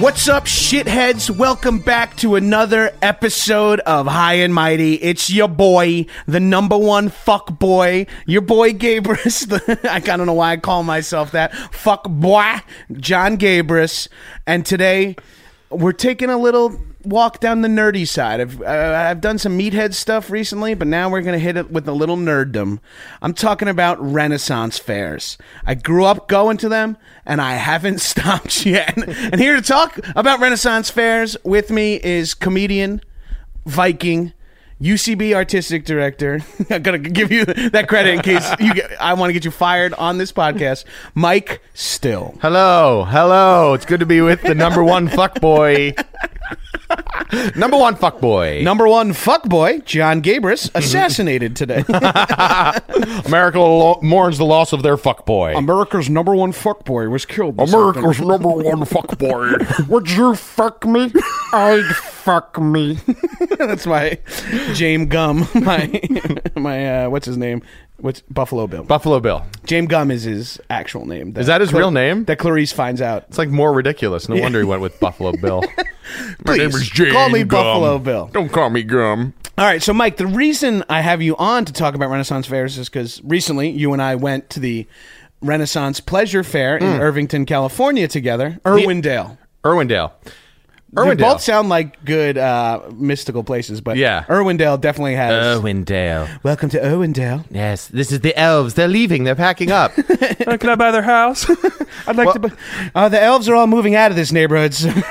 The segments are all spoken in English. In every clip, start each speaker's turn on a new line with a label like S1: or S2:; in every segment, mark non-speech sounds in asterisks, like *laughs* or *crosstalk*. S1: What's up, shitheads? Welcome back to another episode of High and Mighty. It's your boy, the number one fuck boy, your boy Gabris. *laughs* The- I kind of know why I call myself that. Fuck boy, John Gabris. And today, we're taking a little walk down the nerdy side. I've, I- I've done some meathead stuff recently, but now we're going to hit it with a little nerddom. I'm talking about Renaissance fairs. I grew up going to them, and I haven't *laughs* stopped yet. and here to talk about Renaissance fairs with me is comedian, Viking, UCB artistic director. *laughs* I'm going to give you that credit in case you get, I want to get you fired on this podcast. Mike Still.
S2: Hello, hello. It's good to be with the number one *laughs* fuck boy. number one fuck boy.
S1: Number one fuckboy, John *laughs* Gabris, assassinated today.
S2: America lo- mourns the loss of their fuck boy.
S1: America's number one fuckboy was killed. this
S2: America's
S1: afternoon.
S2: number one fuck boy. Would you fuck me? I'd fuck me.
S1: *laughs* That's my James Gum. *laughs* My my uh, what's his name? What's Buffalo Bill?
S2: Buffalo Bill.
S1: James Gum is his actual name.
S2: Is that his real name?
S1: That Clarice finds out.
S2: It's like more ridiculous. No wonder he went with *laughs* Buffalo Bill. My
S1: Please, call me Buffalo Bill.
S2: Don't call me Gum.
S1: All right, so Mike, the reason I have you on to talk about Renaissance fairs is because recently you and I went to the Renaissance Pleasure Fair in Irvington, California together. Irwindale.
S2: Irwindale.
S1: They
S2: Irwindale.
S1: both sound like good uh, mystical places, but
S2: Yeah.
S1: Irwindale definitely has.
S2: Irwindale.
S1: Welcome to Irwindale.
S2: Yes, this is the elves. They're leaving. They're packing *laughs* up.
S3: can I buy their house? I'd like to. Buy-
S1: Uh, the elves are all moving out of this neighborhood. so- *laughs*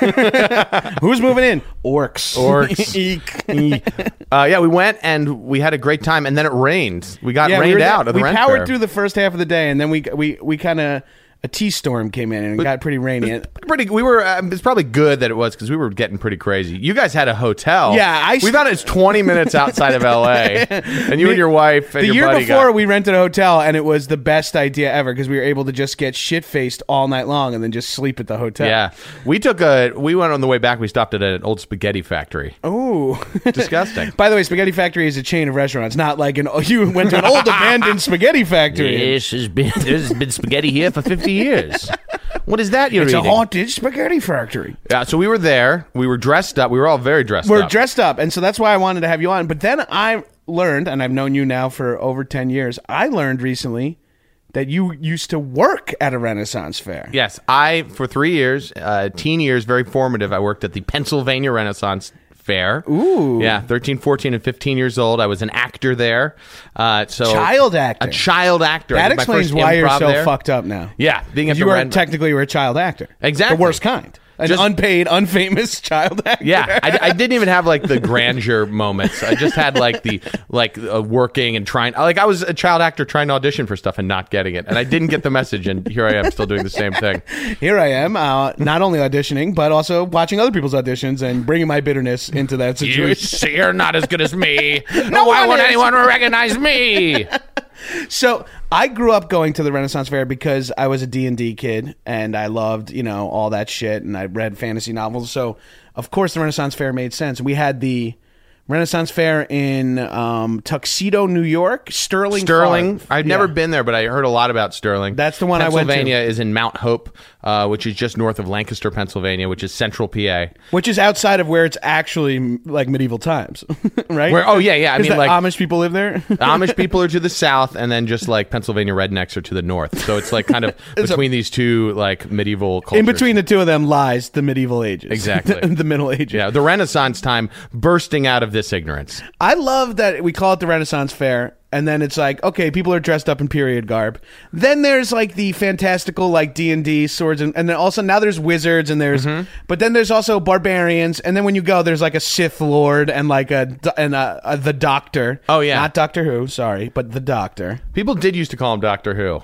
S1: Who's moving in? Orcs.
S2: Orcs.
S1: Eek.
S2: Uh, yeah, we went and we had a great time, and then it rained. We got
S1: Yeah, we
S2: rained
S1: were there-
S2: out. At the
S1: we
S2: rent
S1: powered
S2: fair.
S1: through the first half of the day, and then we we we kind of a tea storm came in and it got pretty rainy. And-
S2: Pretty, we were. Um, it's probably good that it was because we were getting pretty crazy. You guys had a hotel.
S1: Yeah, I
S2: we
S1: st-
S2: thought it's twenty minutes outside of
S1: *laughs*
S2: L.A. and you and your wife and
S1: the
S2: your
S1: year
S2: buddy
S1: before,
S2: got-
S1: we rented a hotel, and it was the best idea ever because we were able to just get shit faced all night long and then just sleep at the hotel.
S2: yeah, we took a. We went on the way back. We stopped at an old spaghetti factory.
S1: *laughs* Oh,
S2: Disgusting.
S1: By the way, Spaghetti Factory is a chain of restaurants, not like an. *laughs* You went to an old abandoned Spaghetti Factory.
S2: has been *laughs* there's been spaghetti here for fifty years. What is that you're
S1: It's a
S2: eating?
S1: haunted Spaghetti Factory.
S2: yeah, so we were there. We were dressed up. We were all very dressed
S1: We're
S2: up.
S1: dressed up, and so that's why I wanted to have you on. But then I learned, and I've known you now for over ten years. I learned recently that you used to work at a Renaissance fair.
S2: Yes, I for three years, uh, teen years, very formative. I worked at the Pennsylvania Renaissance Fair. Ooh, yeah, 13, 14, and fifteen years old. I was an actor there. Uh, so
S1: Child actor.
S2: a child actor. I
S1: that
S2: did my
S1: explains
S2: first
S1: why you're
S2: improv
S1: so
S2: there.
S1: fucked up now.
S2: Yeah, being at
S1: you
S2: the
S1: are
S2: Ren-
S1: technically you were a child actor.
S2: Exactly.
S1: the worst kind, an
S2: Just-
S1: unpaid, *laughs* unfamous child actor.
S2: Yeah, I, I didn't even have
S1: *laughs*
S2: like the grandeur moments. I just had like the like uh, working and trying. Like I was a child actor trying to audition for stuff and not getting it, and I didn't get the message. And here I am still doing the
S1: *laughs*
S2: same thing.
S1: Here I am, uh, not only auditioning but also watching other people's auditions and bringing my bitterness into that
S2: You
S1: situation.
S2: see, you're not as good as me. no,
S1: one
S2: why won't
S1: is.
S2: anyone recognize me?
S4: So I grew up going to the Renaissance Fair because I was a D&D kid and I loved, you know, all that shit and I read fantasy novels. So of course the Renaissance Fair made sense. We had the Renaissance Fair in um, Tuxedo, New York, Sterling.
S2: Sterling.
S4: Farm.
S2: I've
S4: Yeah.
S2: never been there, but I heard a lot about Sterling.
S4: That's the one I went to.
S2: Pennsylvania is in Mount Hope, uh, which is just north of Lancaster, Pennsylvania, which is central PA.
S4: which is outside of where it's actually m- like medieval times, *laughs* right?
S2: Where? Oh yeah, yeah. I
S4: 'Cause
S2: mean,
S4: the
S2: like
S4: Amish people live there. *laughs*
S2: Amish people are to the south, and then just like Pennsylvania rednecks are to the north. So it's like kind
S4: *laughs*
S2: of between these two like medieval cultures.
S4: In between the two of them lies the medieval ages,
S2: Exactly.
S4: *laughs* the, Middle Ages.
S2: yeah, the Renaissance time bursting out of this ignorance.
S4: I love that we call it the Renaissance Fair, and then it's like, okay, people are dressed up in period garb. Then there's like the fantastical, like D and D swords, and, and then also now there's wizards, and there's,
S2: Mm-hmm.
S4: but then there's also barbarians, and then when you go, there's like a Sith Lord and like a do- and a, a the Doctor.
S2: Oh, yeah.
S4: not Doctor Who, sorry, but the Doctor.
S2: People did used to call him Doctor Who.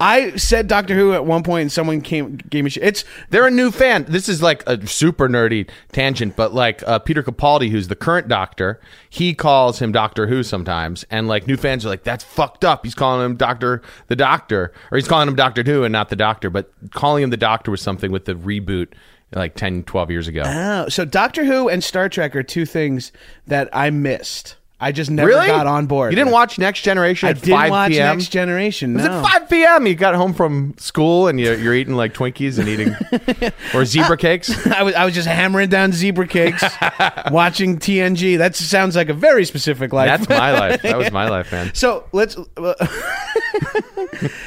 S4: I said Doctor Who at one point, and someone came gave me shit. It's
S2: They're a new fan. This is like a super nerdy tangent, but like uh, Peter Capaldi, who's the current Doctor, he calls him Doctor Who sometimes, and like new fans are like, "That's fucked up." He's calling him Doctor the Doctor, or he's calling him Doctor Who and not the Doctor. But calling him the Doctor was something with the reboot like 10, 12 years ago.
S4: Oh, so Doctor Who and Star Trek are two things that I missed. I just never got on board.
S2: You didn't watch Next Generation
S4: I
S2: at
S4: didn't
S2: 5
S4: watch
S2: p.m.
S4: Next Generation.
S2: It was
S4: no.
S2: at 5 p.m. You got home from school and you're, you're eating like Twinkies and eating
S4: *laughs*
S2: or zebra cakes.
S4: I was I was just hammering down zebra cakes,
S2: *laughs*
S4: watching TNG. That sounds *laughs* like a very specific life.
S2: That's my life. That was my life, man.
S4: so let's. *laughs*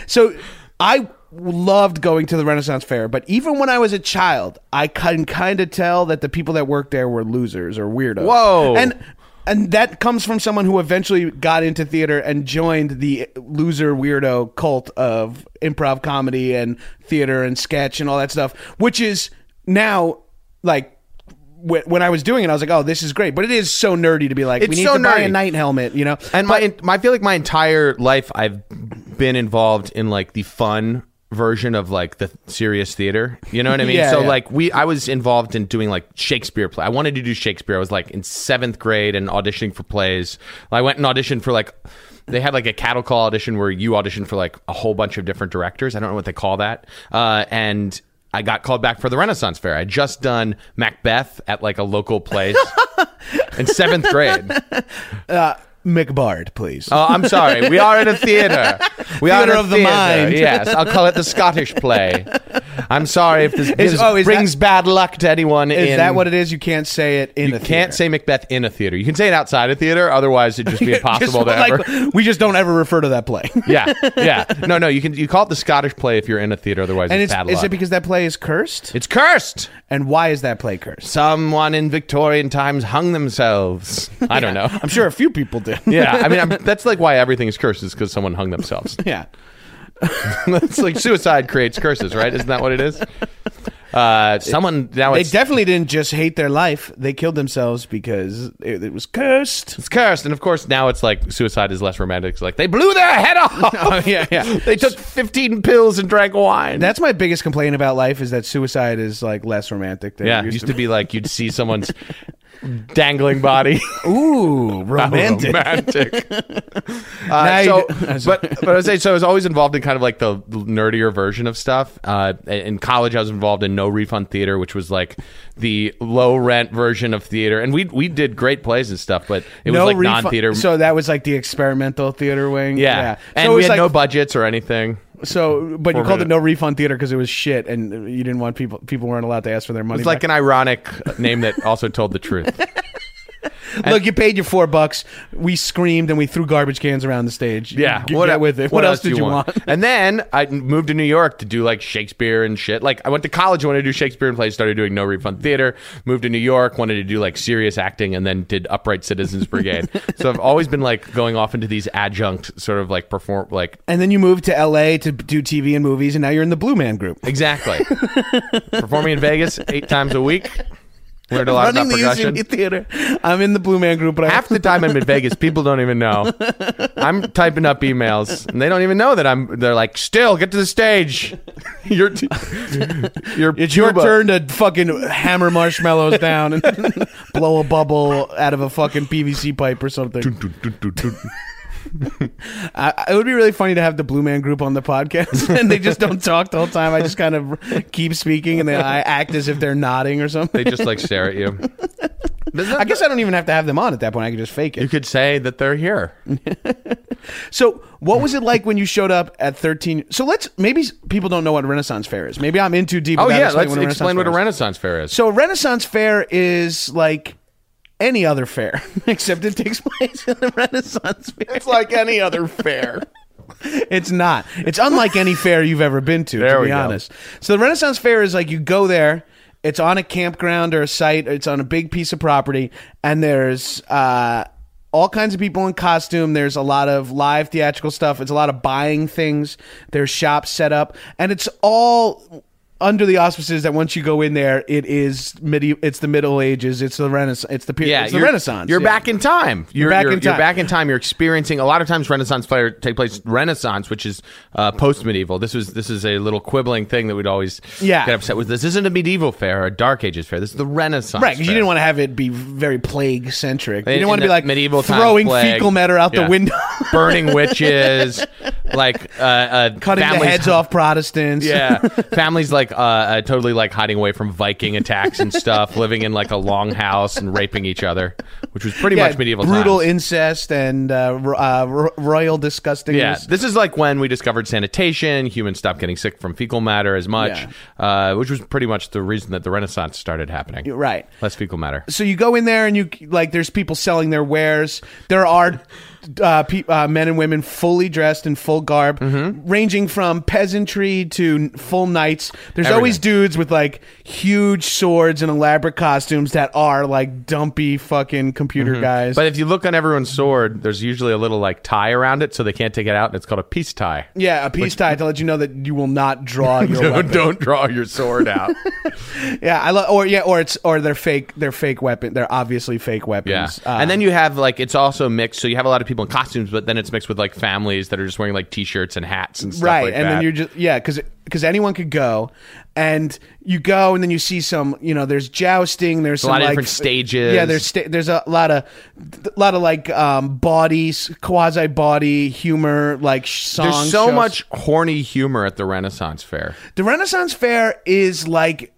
S4: so I loved going to the Renaissance Fair, but even when I was a child, I can kind of tell that the people that worked there were losers or weirdos.
S2: Whoa.
S4: And and that comes from someone who eventually got into theater and joined the loser weirdo cult of improv comedy and theater and sketch and all that stuff, which is now like. wh- When I was doing it, I was like, "Oh, this is great!" But it is so nerdy to be like,
S2: It's
S4: "We need
S2: so
S4: to buy a
S2: nerdy.
S4: night helmet," you know.
S2: And my, my, I feel like my entire life I've been involved in like the fun version of like the serious theater. You know what I mean?
S4: Yeah,
S2: so
S4: yeah.
S2: like we, I was involved in doing like Shakespeare play. I wanted to do Shakespeare. I was like in seventh grade and auditioning for plays. I went and auditioned for like. They had like a cattle call audition where you audition for like a whole bunch of different directors. I don't know what they call that. Uh, and I got called back for the Renaissance Fair. I would just done Macbeth at like a local place
S4: *laughs*
S2: in seventh grade.
S4: McBard, please.
S2: Oh, I'm sorry. We are in a theater. We are in
S4: Theater
S2: a
S4: of the
S2: theater.
S4: mind. *laughs*
S2: Yes, I'll call it the Scottish play. I'm sorry if this gives-
S4: oh, is
S2: brings bad luck to anyone.
S4: Is
S2: in,
S4: that what it is? You can't say it in
S2: You
S4: a
S2: can't
S4: theater.
S2: say Macbeth in a theater. You can say it outside a theater. Otherwise, it'd just be impossible
S4: *laughs*
S2: to
S4: Just
S2: ever.
S4: like, we just don't ever refer to that play. *laughs*
S2: yeah, yeah. No, no. You can. You call it the Scottish play if you're in a theater. Otherwise,
S4: and
S2: it's,
S4: it's,
S2: bad
S4: is
S2: luck.
S4: it because that play is cursed?
S2: it's cursed?
S4: And why is that play cursed?
S2: Someone in Victorian times hung themselves. I
S4: *laughs*
S2: don't know.
S4: I'm sure a few people
S2: *laughs*
S4: did. *laughs*
S2: Yeah, I mean I'm, that's like why everything is cursed is because someone hung themselves.
S4: yeah.
S2: *laughs* it's like suicide creates curses, right? Isn't that what it is? Uh, someone now
S4: They
S2: it's,
S4: definitely didn't just hate their life. They killed themselves because it, it was cursed.
S2: it's cursed, and of course now it's like suicide is less romantic. It's like they blew their head *laughs* off.
S4: yeah, yeah.
S2: they took fifteen pills and drank wine.
S4: That's my biggest complaint about life is that suicide is like less romantic than
S2: yeah,
S4: it
S2: it used to be like you'd see someone's dangling *laughs* body.
S1: *laughs* Oh,
S4: Ooh, romantic. *laughs*
S2: romantic. Uh,
S4: you
S2: so,
S4: d-
S2: *laughs* but but I was saying, so I was always involved in kind of like the nerdier version of stuff. Uh, in college, I was involved in no refund theater, which was like the low rent version of theater, and we we did great plays and stuff, but it was like
S4: refund-
S2: non theater.
S4: So that was like the experimental theater wing.
S2: yeah.
S4: So
S2: and
S4: it
S2: we
S4: was
S2: had
S4: like
S2: no budgets or anything.
S4: So, but you
S2: Or
S4: called it
S2: minute.
S4: no refund theater because it was shit, and you didn't want people people weren't allowed to ask for their money.
S2: It's like
S4: back.
S2: an ironic name that also told the truth.
S4: look, you paid your four bucks. We screamed and we threw garbage cans around the stage.
S2: Yeah,
S4: Get- get with it. What, else did you want? *laughs*
S2: And then I moved to New York to do like Shakespeare and shit. Like I went to college, wanted to do Shakespeare and plays, started doing no refund theater. Moved to New York, wanted to do like serious acting, and then did Upright Citizens
S4: *laughs*
S2: Brigade. so I've always been like going off into these adjunct sort of like perform like
S4: And then you moved to L.A. to do TV and movies, and now you're in the Blue Man Group. *laughs*
S2: exactly performing in Vegas eight times a week. Learned a lot about percussion.
S4: UCB theater. I'm in the Blue Man Group, but I
S2: Half the time *laughs* I'm in Vegas, people don't even know. I'm typing up emails, and they don't even know that I'm. They're like, "Still, get to the stage. *laughs* You're, t- you're
S4: It's your
S2: Cuba.
S4: turn to fucking hammer marshmallows down *laughs*
S2: *laughs*
S4: and blow a bubble out of a fucking PVC pipe or something. I, it would be really funny to have the Blue Man Group on the podcast, *laughs* and they just don't talk the whole time. I just kind of keep speaking, and then I act as if they're nodding or something.
S2: They just like stare at you.
S4: I guess I don't even have to have them on at that point. I can just fake
S2: You
S4: it.
S2: could say that they're here.
S4: So, what was it like when you showed up at 13? So, let's maybe s- people don't know what Renaissance Fair is. Maybe I'm in too deep.
S2: Oh
S4: without
S2: yeah,
S4: explaining
S2: let's
S4: what a
S2: explain what a
S4: Renaissance Fair is.
S2: Renaissance fair is.
S4: So, a Renaissance Fair is like any other fair, *laughs* except it takes place in the Renaissance Fair. It's like any other *laughs* fair. It's not. It's unlike any fair you've ever been to,
S2: There
S4: to
S2: we
S4: be
S2: go.
S4: honest. So the Renaissance Fair is like you go there, it's on a campground or a site, it's on a big piece of property, and there's uh, all kinds of people in costume. There's a lot of live theatrical stuff, it's a lot of buying things, there's shops set up, and it's all under the auspices that once you go in there it is midi- it's the middle ages it's the renaissance it's the period
S2: yeah,
S4: it's the
S2: you're-
S4: renaissance
S2: You're
S4: Yeah.
S2: back in time. You're,
S4: back in
S2: You're
S4: time.
S2: back in time. You're experiencing a lot of times Renaissance fair take place Renaissance, which is uh, post medieval. This was this is a little quibbling thing that we'd always
S4: Yeah.
S2: get upset with. This isn't a medieval fair or a Dark Ages fair. This is the Renaissance.
S4: Right, because you
S2: fair.
S4: didn't want to have it be very plague centric. You
S2: In-
S4: didn't want
S2: in
S4: to be
S2: the
S4: like
S2: medieval times,
S4: throwing
S2: plague.
S4: fecal matter out
S2: Yeah.
S4: the window, *laughs*
S2: *laughs* burning witches, like uh, uh,
S4: cutting the
S2: families-
S4: heads off Protestants. *laughs*
S2: *laughs* Yeah, families like uh, uh, totally like hiding away from Viking attacks and stuff, living in like a long house and raping each other, which was pretty
S4: Yeah,
S2: much medieval.
S4: brutal
S2: times.
S4: incest and uh, ro- uh, ro- royal disgustingness.
S2: Yeah, this is like when we discovered sanitation. Humans stopped getting sick from fecal matter as much, uh, which was pretty much the reason that the Renaissance started happening.
S4: right.
S2: less fecal matter.
S4: So you go in there and you like. There's people selling their wares. There are uh, pe- uh, men and women fully dressed in full garb,
S2: Mm-hmm.
S4: ranging from peasantry to n- full knights. There's always dudes with like huge swords and elaborate costumes that are like dumpy fucking computer guys.
S2: Mm-hmm. But if you look on everyone's sword, there's usually a little like tie around it, so they can't take it out, and it's called a
S4: *laughs*
S2: peace tie.
S4: Yeah, a peace tie to let you know that you will not
S2: *laughs*
S4: draw your
S2: Don't,
S4: weapon.
S2: don't draw your
S4: *laughs*
S2: sword out.
S4: Yeah, I love or yeah, or it's or they're fake they're fake weapon. They're obviously fake
S2: yeah,
S4: weapons. Uh,
S2: and then you have like it's also mixed, so you have a lot of people in costumes, but then it's mixed with like families that are just wearing like t-shirts and hats and stuff
S4: right,
S2: like
S4: and
S2: that.
S4: then you're just yeah, because because anyone could go, and you go, and then you see some you know there's jousting, there's some,
S2: lot of
S4: like,
S2: different stages.
S4: Yeah, there's sta- there's a lot of a lot of like um bodies quasi body humor like sh- songs.
S2: there's so
S4: shows.
S2: much horny humor at the Renaissance fair.
S4: The Renaissance Fair is like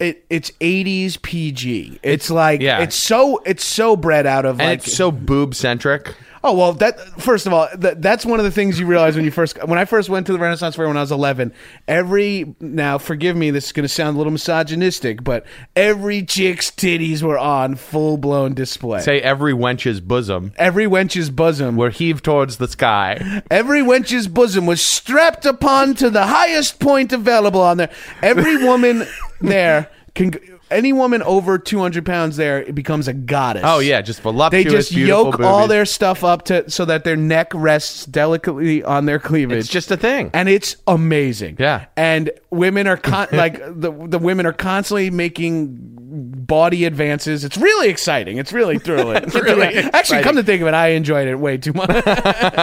S4: it, it's 80s PG. It's like
S2: Yeah.
S4: it's so it's so bred out of
S2: And
S4: like
S2: it's so boob centric.
S4: Oh well, that first of all, that, that's one of the things you realize when you first when I first went to the Renaissance Fair when I was eleven. Every now, forgive me, this is going to sound a little misogynistic, but every chick's titties were on full blown display.
S2: Say every wench's bosom
S4: every wench's bosom,
S2: were heaved towards the sky.
S4: *laughs* every wench's bosom was strapped upon to the highest point available on there.
S2: *laughs*
S4: Every woman there can. Any woman over two hundred pounds there it becomes a goddess.
S2: Oh yeah, just
S4: They
S2: voluptuous,
S4: just
S2: beautiful
S4: yoke
S2: boobies.
S4: all their stuff up to so that their neck rests delicately on their cleavage.
S2: It's just a thing.
S4: and it's amazing.
S2: Yeah.
S4: and women are
S2: *laughs*
S4: con- like the the women are constantly making body advances. It's really exciting. It's really thrilling. It's
S2: *laughs* really
S4: actually,
S2: exciting.
S4: come to think of it, I enjoyed it way too much.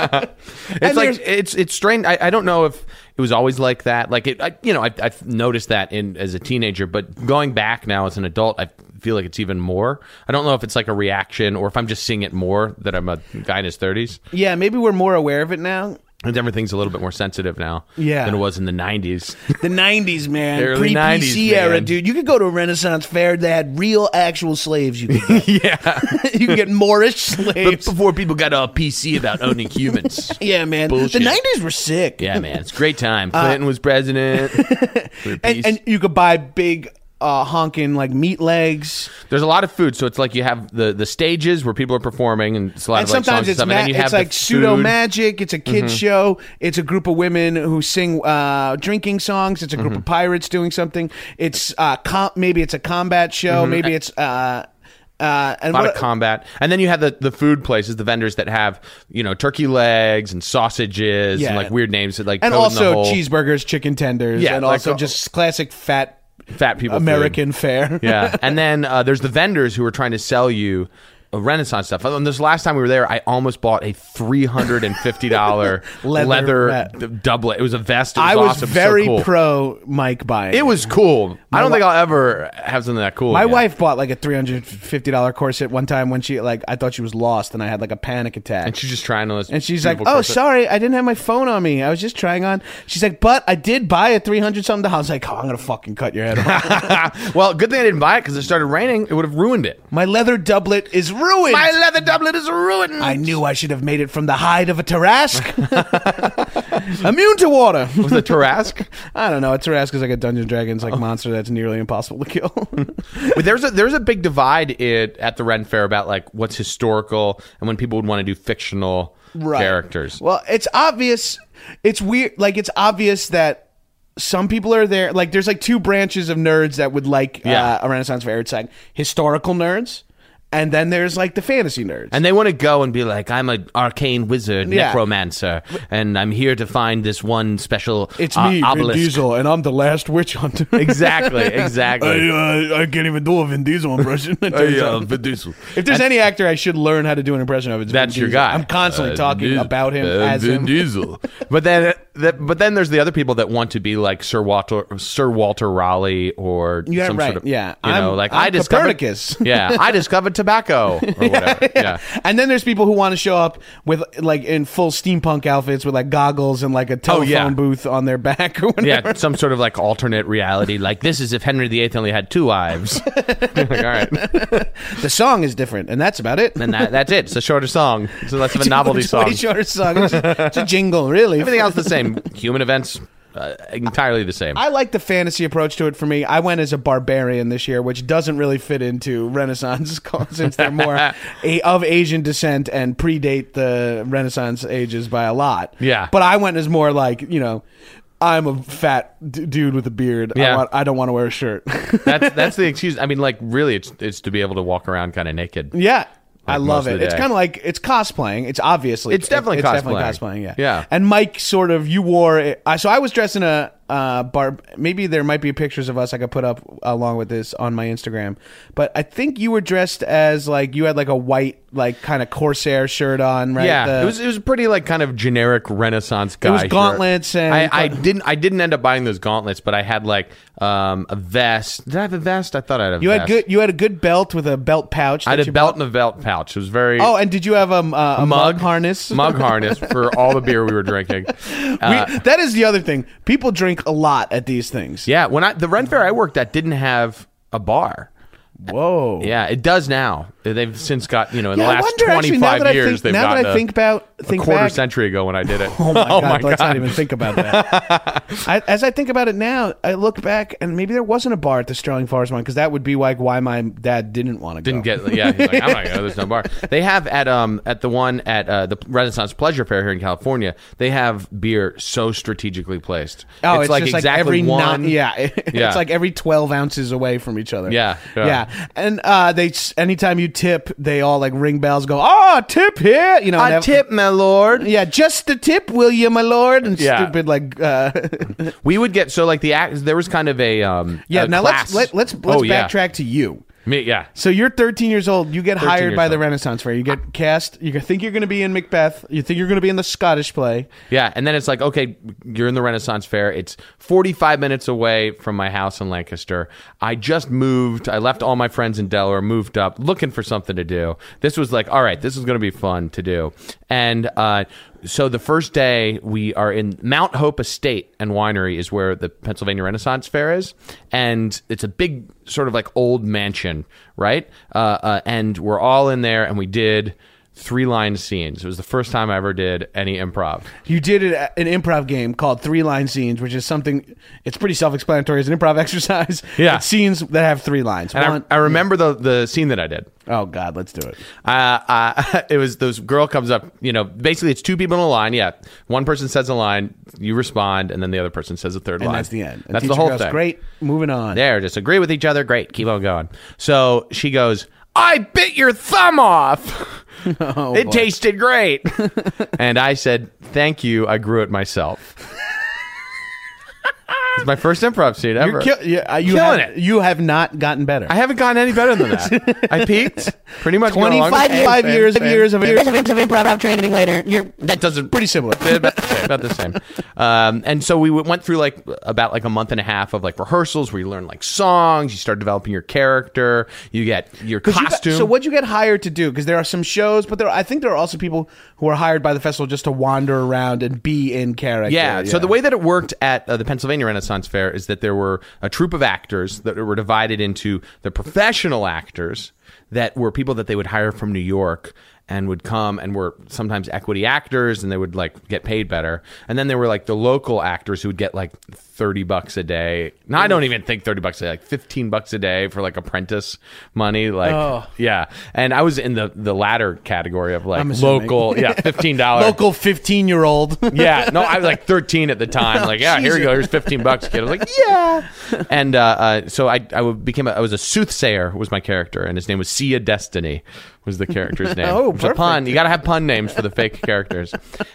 S2: it's like
S4: there's-
S2: it's it's strange. I, I don't know if it was always like that. Like it, I, you know, I, I've noticed that in as a teenager, but going back now as an adult, I feel like it's even more. I don't know if it's like a reaction or if I'm just seeing it more that I'm a guy in his thirties
S4: yeah, maybe we're more aware of it now.
S2: and everything's a little bit more sensitive now
S4: Yeah.
S2: than it was in
S4: *laughs*
S2: the nineties.
S4: The '90s, man,
S2: Early
S4: pre
S2: 90s,
S4: PC era,
S2: man.
S4: dude. You could go to a Renaissance fair that had real, actual slaves. You could get.
S2: *laughs*
S4: yeah, you could get Moorish slaves.
S2: before people got all PC about owning
S4: *laughs*
S2: humans.
S4: yeah, man.
S2: Bullshit.
S4: The '90s were sick.
S2: Yeah, man, it's a great time. Clinton
S4: *laughs*
S2: was president. We're
S4: Uh, and,
S2: peace.
S4: and you could buy big uh, honking like meat legs.
S2: There's a lot of food, so it's like you have the the stages where people are performing, and it's a lot
S4: and
S2: of like
S4: sometimes
S2: songs and
S4: it's,
S2: stuff.
S4: ma-
S2: and then you
S4: it's
S2: have
S4: like
S2: the
S4: pseudo
S2: food. Mm-hmm.
S4: magic. It's a kids show. It's a group of women who sing uh, drinking songs. It's a group of
S2: Mm-hmm.
S4: pirates doing something. It's uh, com- maybe it's a combat show. Maybe it's uh, uh, and
S2: Mm-hmm. A lot
S4: what-
S2: of combat, and then you have the, the food places, the vendors that have you know turkey legs and sausages and
S4: Yeah.
S2: like weird names that like
S4: and
S2: Toad in the
S4: also
S2: Hole,
S4: cheeseburgers, chicken tenders,
S2: Yeah,
S4: and
S2: like
S4: also
S2: a-
S4: just classic fat
S2: fat people food.
S4: American fare. *laughs*
S2: yeah. And then uh, there's the vendors who are trying to sell you Renaissance stuff. And this last time we were there, I almost bought a three hundred and fifty dollar
S4: *laughs* Leather
S2: leather,
S4: vest.
S2: d- doublet. It was a vest. It was
S4: I was
S2: awesome, so
S4: very
S2: cool.
S4: pro Mike buying.
S2: It was cool. I don't
S4: wi-
S2: think I'll ever have something that cool.
S4: My
S2: again.
S4: wife bought like a three hundred fifty dollar corset one time when she like I thought she was lost and I had like a panic attack.
S2: and she's just trying on this.
S4: And she's like, "Oh,
S2: beautiful corset.
S4: sorry, I didn't have my phone on me. I was just trying on." She's like, "But I did buy a three hundred something." dollars." I was like, "Oh, I'm gonna fucking cut your head off."
S2: *laughs* well, good thing I didn't buy it because it started raining. It would have ruined it.
S4: my leather doublet is ruined.
S2: My leather doublet is ruined.
S4: I knew I should have made it from the hide of a Tarask. *laughs* Immune to water.
S2: *laughs* was it Tarask?
S4: I don't know. A Tarask is like a Dungeon Dragons like monster that's nearly impossible to kill. *laughs*
S2: But there's a there's a big divide it, at the Ren Fair about like what's historical and when people would want to do fictional characters.
S4: Well, it's obvious. It's weird. Like it's obvious that some people are there. Like there's like two branches of nerds that would like
S2: Yeah.
S4: uh, a Renaissance fair. It's like historical nerds, and then there's like the fantasy nerds.
S2: And they want to go and be like, I'm an arcane wizard,
S4: Yeah.
S2: necromancer, and I'm here to find this one special.
S4: it's
S2: uh,
S4: me, Vin
S2: obelisk.
S4: Diesel, and I'm the last witch *laughs* hunter.
S2: Exactly, exactly.
S4: *laughs* I, uh, I can't even do a Vin Diesel impression. *laughs* it turns out. If there's any actor I should learn how to do an impression of, it's
S2: That's
S4: Vin
S2: your
S4: Diesel.
S2: guy.
S4: I'm constantly
S2: Uh,
S4: talking
S2: Diesel.
S4: about him
S2: Uh,
S4: as
S2: Vin
S4: him.
S2: Diesel.
S4: *laughs*
S2: but then, that, but then there's the other people that want to be like Sir Walter, Sir Walter Raleigh, or
S4: Yeah,
S2: some
S4: right,
S2: sort of
S4: yeah.
S2: You
S4: I'm-
S2: know, like
S4: I'm
S2: I discovered
S4: Copernicus.
S2: *laughs* yeah, I discovered tobacco or
S4: *laughs*
S2: whatever. yeah.
S4: And then there's people who want to show up with like in full steampunk outfits with like goggles and like a telephone
S2: Oh, yeah.
S4: booth on their *laughs* back or whatever.
S2: Yeah, some sort of like alternate reality. Like this is if Henry VIII only had two wives. *laughs* Like, all right,
S4: The song is different, and that's about it.
S2: and that, that's it. It's a shorter song. It's less of a novelty
S4: *laughs* It's a way
S2: song.
S4: shorter song. It's, a, it's a jingle, really.
S2: Everything else the same. Human events uh, entirely
S4: *laughs*
S2: the same.
S4: I like the fantasy approach to it. For me, I went as a barbarian this year, which doesn't really fit into Renaissance *laughs* since they're
S2: *laughs*
S4: more a, of Asian descent and predate the Renaissance ages by a lot.
S2: Yeah.
S4: but I went as more like you know. I'm a fat d- dude with a beard. I,
S2: Yeah.
S4: want, I don't want to wear a shirt. *laughs*
S2: that's that's the excuse. I mean, like really, it's it's to be able to walk around kind of naked.
S4: Yeah. I
S2: Like
S4: love
S2: most of
S4: it.
S2: the
S4: It's
S2: day.
S4: kind of like it's cosplaying. It's obviously
S2: It's definitely
S4: it's definitely
S2: cosplaying.
S4: cosplaying. Yeah,
S2: Yeah.
S4: And Mike sort of you wore. It, I, so I was dressed in a uh, bar. Maybe there might be pictures of us I could put up along with this on my Instagram. But I think you were dressed as like you had like a white like kind of corsair shirt on. Right?
S2: Yeah,
S4: The-
S2: it was it was pretty like kind of generic Renaissance guy.
S4: was
S2: shirt.
S4: gauntlets and-
S2: I, I didn't I didn't end up buying those gauntlets, but I had like um, a vest. Did I have a vest? I thought I had a.
S4: you
S2: vest.
S4: had good. You had a good belt with a belt pouch.
S2: I
S4: that
S2: had
S4: you
S2: a belt
S4: bought.
S2: and a belt pouch. It was very.
S4: Oh, and did you have a, um, uh, a mug, harness?
S2: *laughs* mug harness for all the beer we
S4: *laughs*
S2: were drinking. Uh,
S4: we, that is the other thing. People drink a lot at these things.
S2: yeah, when I the Ren Fair I worked at didn't have a bar.
S4: Whoa.
S2: Yeah, it does now. They've since got you know in
S4: Yeah, I
S2: the last
S4: wonder, actually,
S2: twenty
S4: now that I
S2: five
S4: think-
S2: years they've
S4: now that
S2: gotten
S4: I
S2: a-
S4: think about-
S2: a
S4: think
S2: quarter
S4: back-
S2: century ago when I did it.
S4: *laughs*
S2: *laughs*
S4: Oh my god, let's not even think about *laughs* that. I, as I think about it now, I look back and maybe there wasn't a bar at the Sterling Forest one because that would be like why my dad didn't want to go.
S2: Didn't get yeah. He's like, I'm not gonna go. There's
S4: *laughs*
S2: no bar. They have at um at the one at uh, the Renaissance Pleasure Fair here in California. They have beer so strategically placed.
S4: Oh, it's, just like every
S2: one.
S4: non- yeah, *laughs*
S2: Yeah.
S4: it's like every twelve ounces away from each other.
S2: Yeah,
S4: yeah,
S2: yeah.
S4: and uh, they s- anytime you tip, they all like ring bells, go ah tip here, you know, and
S2: A
S4: ev-
S2: tip, my lord.
S4: yeah, just the tip, will you, my lord? And
S2: Yeah.
S4: stupid like uh, *laughs*
S2: We would get so like the act. There was kind of a um
S4: yeah.
S2: a
S4: now
S2: class.
S4: let's let, let's let's
S2: Oh, yeah.
S4: backtrack to you.
S2: Me yeah.
S4: So you're 13 years old. You get
S2: 13
S4: hired
S2: years
S4: by the
S2: old.
S4: Renaissance Fair. You get cast. You think you're going to be in Macbeth. You think you're going to be in the Scottish play.
S2: Yeah, and then it's like, okay, you're in the Renaissance Fair. It's 45 minutes away from my house in Lancaster. I just moved. I left all my friends in Delaware, moved up, looking for something to do. This was like, all right, this is going to be fun to do. And uh, so the first day we are in Mount Hope Estate and Winery is where the Pennsylvania Renaissance Fair is, and it's a big sort of like old mansion, right? Uh, uh, and we're all in there, and we did. Three line scenes. It was the first time I ever did any improv.
S4: You did it at an improv game called Three Line Scenes, which is something. It's pretty self-explanatory. It's an improv *laughs* exercise.
S2: Yeah.
S4: It's scenes that have three lines. One-
S2: And I, I remember the the scene that I did.
S4: oh God, let's do it.
S2: Uh, uh, *laughs* it was this girl comes up. You know, basically it's two people in a line. Yeah, one person says a line, you respond, and then the other person says a third
S4: And
S2: line.
S4: that's the end. And
S2: that's the
S4: teacher
S2: whole
S4: goes,
S2: thing.
S4: Great. Moving on.
S2: There, just agree with each other. Great, keep on going. So she goes, "I bit your
S4: *laughs*
S2: thumb off. it
S4: Oh, boy. *laughs*
S2: tasted great." and I said, "Thank you. I grew it myself." it's my first improv scene ever.
S4: You're kill- yeah, uh, you
S2: Killing
S4: have,
S2: it.
S4: You have not gotten better.
S2: I haven't gotten any better than that. I peaked. Pretty much going along-
S4: 25
S2: Same,
S4: five
S2: same,
S4: years of
S2: same.
S4: years of years.
S5: There's a bit of improv training later. You're that
S2: That doesn't *laughs*
S4: Pretty similar.
S2: They're about the same. About the same. Um, and so we w- went through like about like a month and a half of like rehearsals where you learn like songs, you start developing your character, you get your
S4: 'Cause you got-
S2: costume.
S4: so what'd you get hired to do? Because there are some shows, but there I think there are also people who are hired by the festival just to wander around and be in character.
S2: Yeah. So the way that it worked at uh, the Pennsylvania Renaissance Fair is that there were a troupe of actors that were divided into the professional actors that were people that they would hire from New York and would come and were sometimes equity actors and they would like get paid better. And then there were like the local actors who would get like 30 bucks a day. No, I don't even think 30 bucks a day, like 15 bucks a day for like apprentice money. Like,
S4: Oh.
S2: yeah. And I was in the, the latter category of like
S4: assuming. *laughs*
S2: local. Yeah. $15.
S4: local 15 year *laughs* old.
S2: *laughs* Yeah, no, I was like 13 at the time. Like, yeah, here you go. Here's 15 bucks, kid. I was like, yeah. And uh, uh, so I, I became a, I was a soothsayer was my character, and his name was Sia Destiny was the character's name.
S4: Oh,
S2: It was a
S4: perfect.
S2: pun. You got to have pun names for the fake *laughs* characters.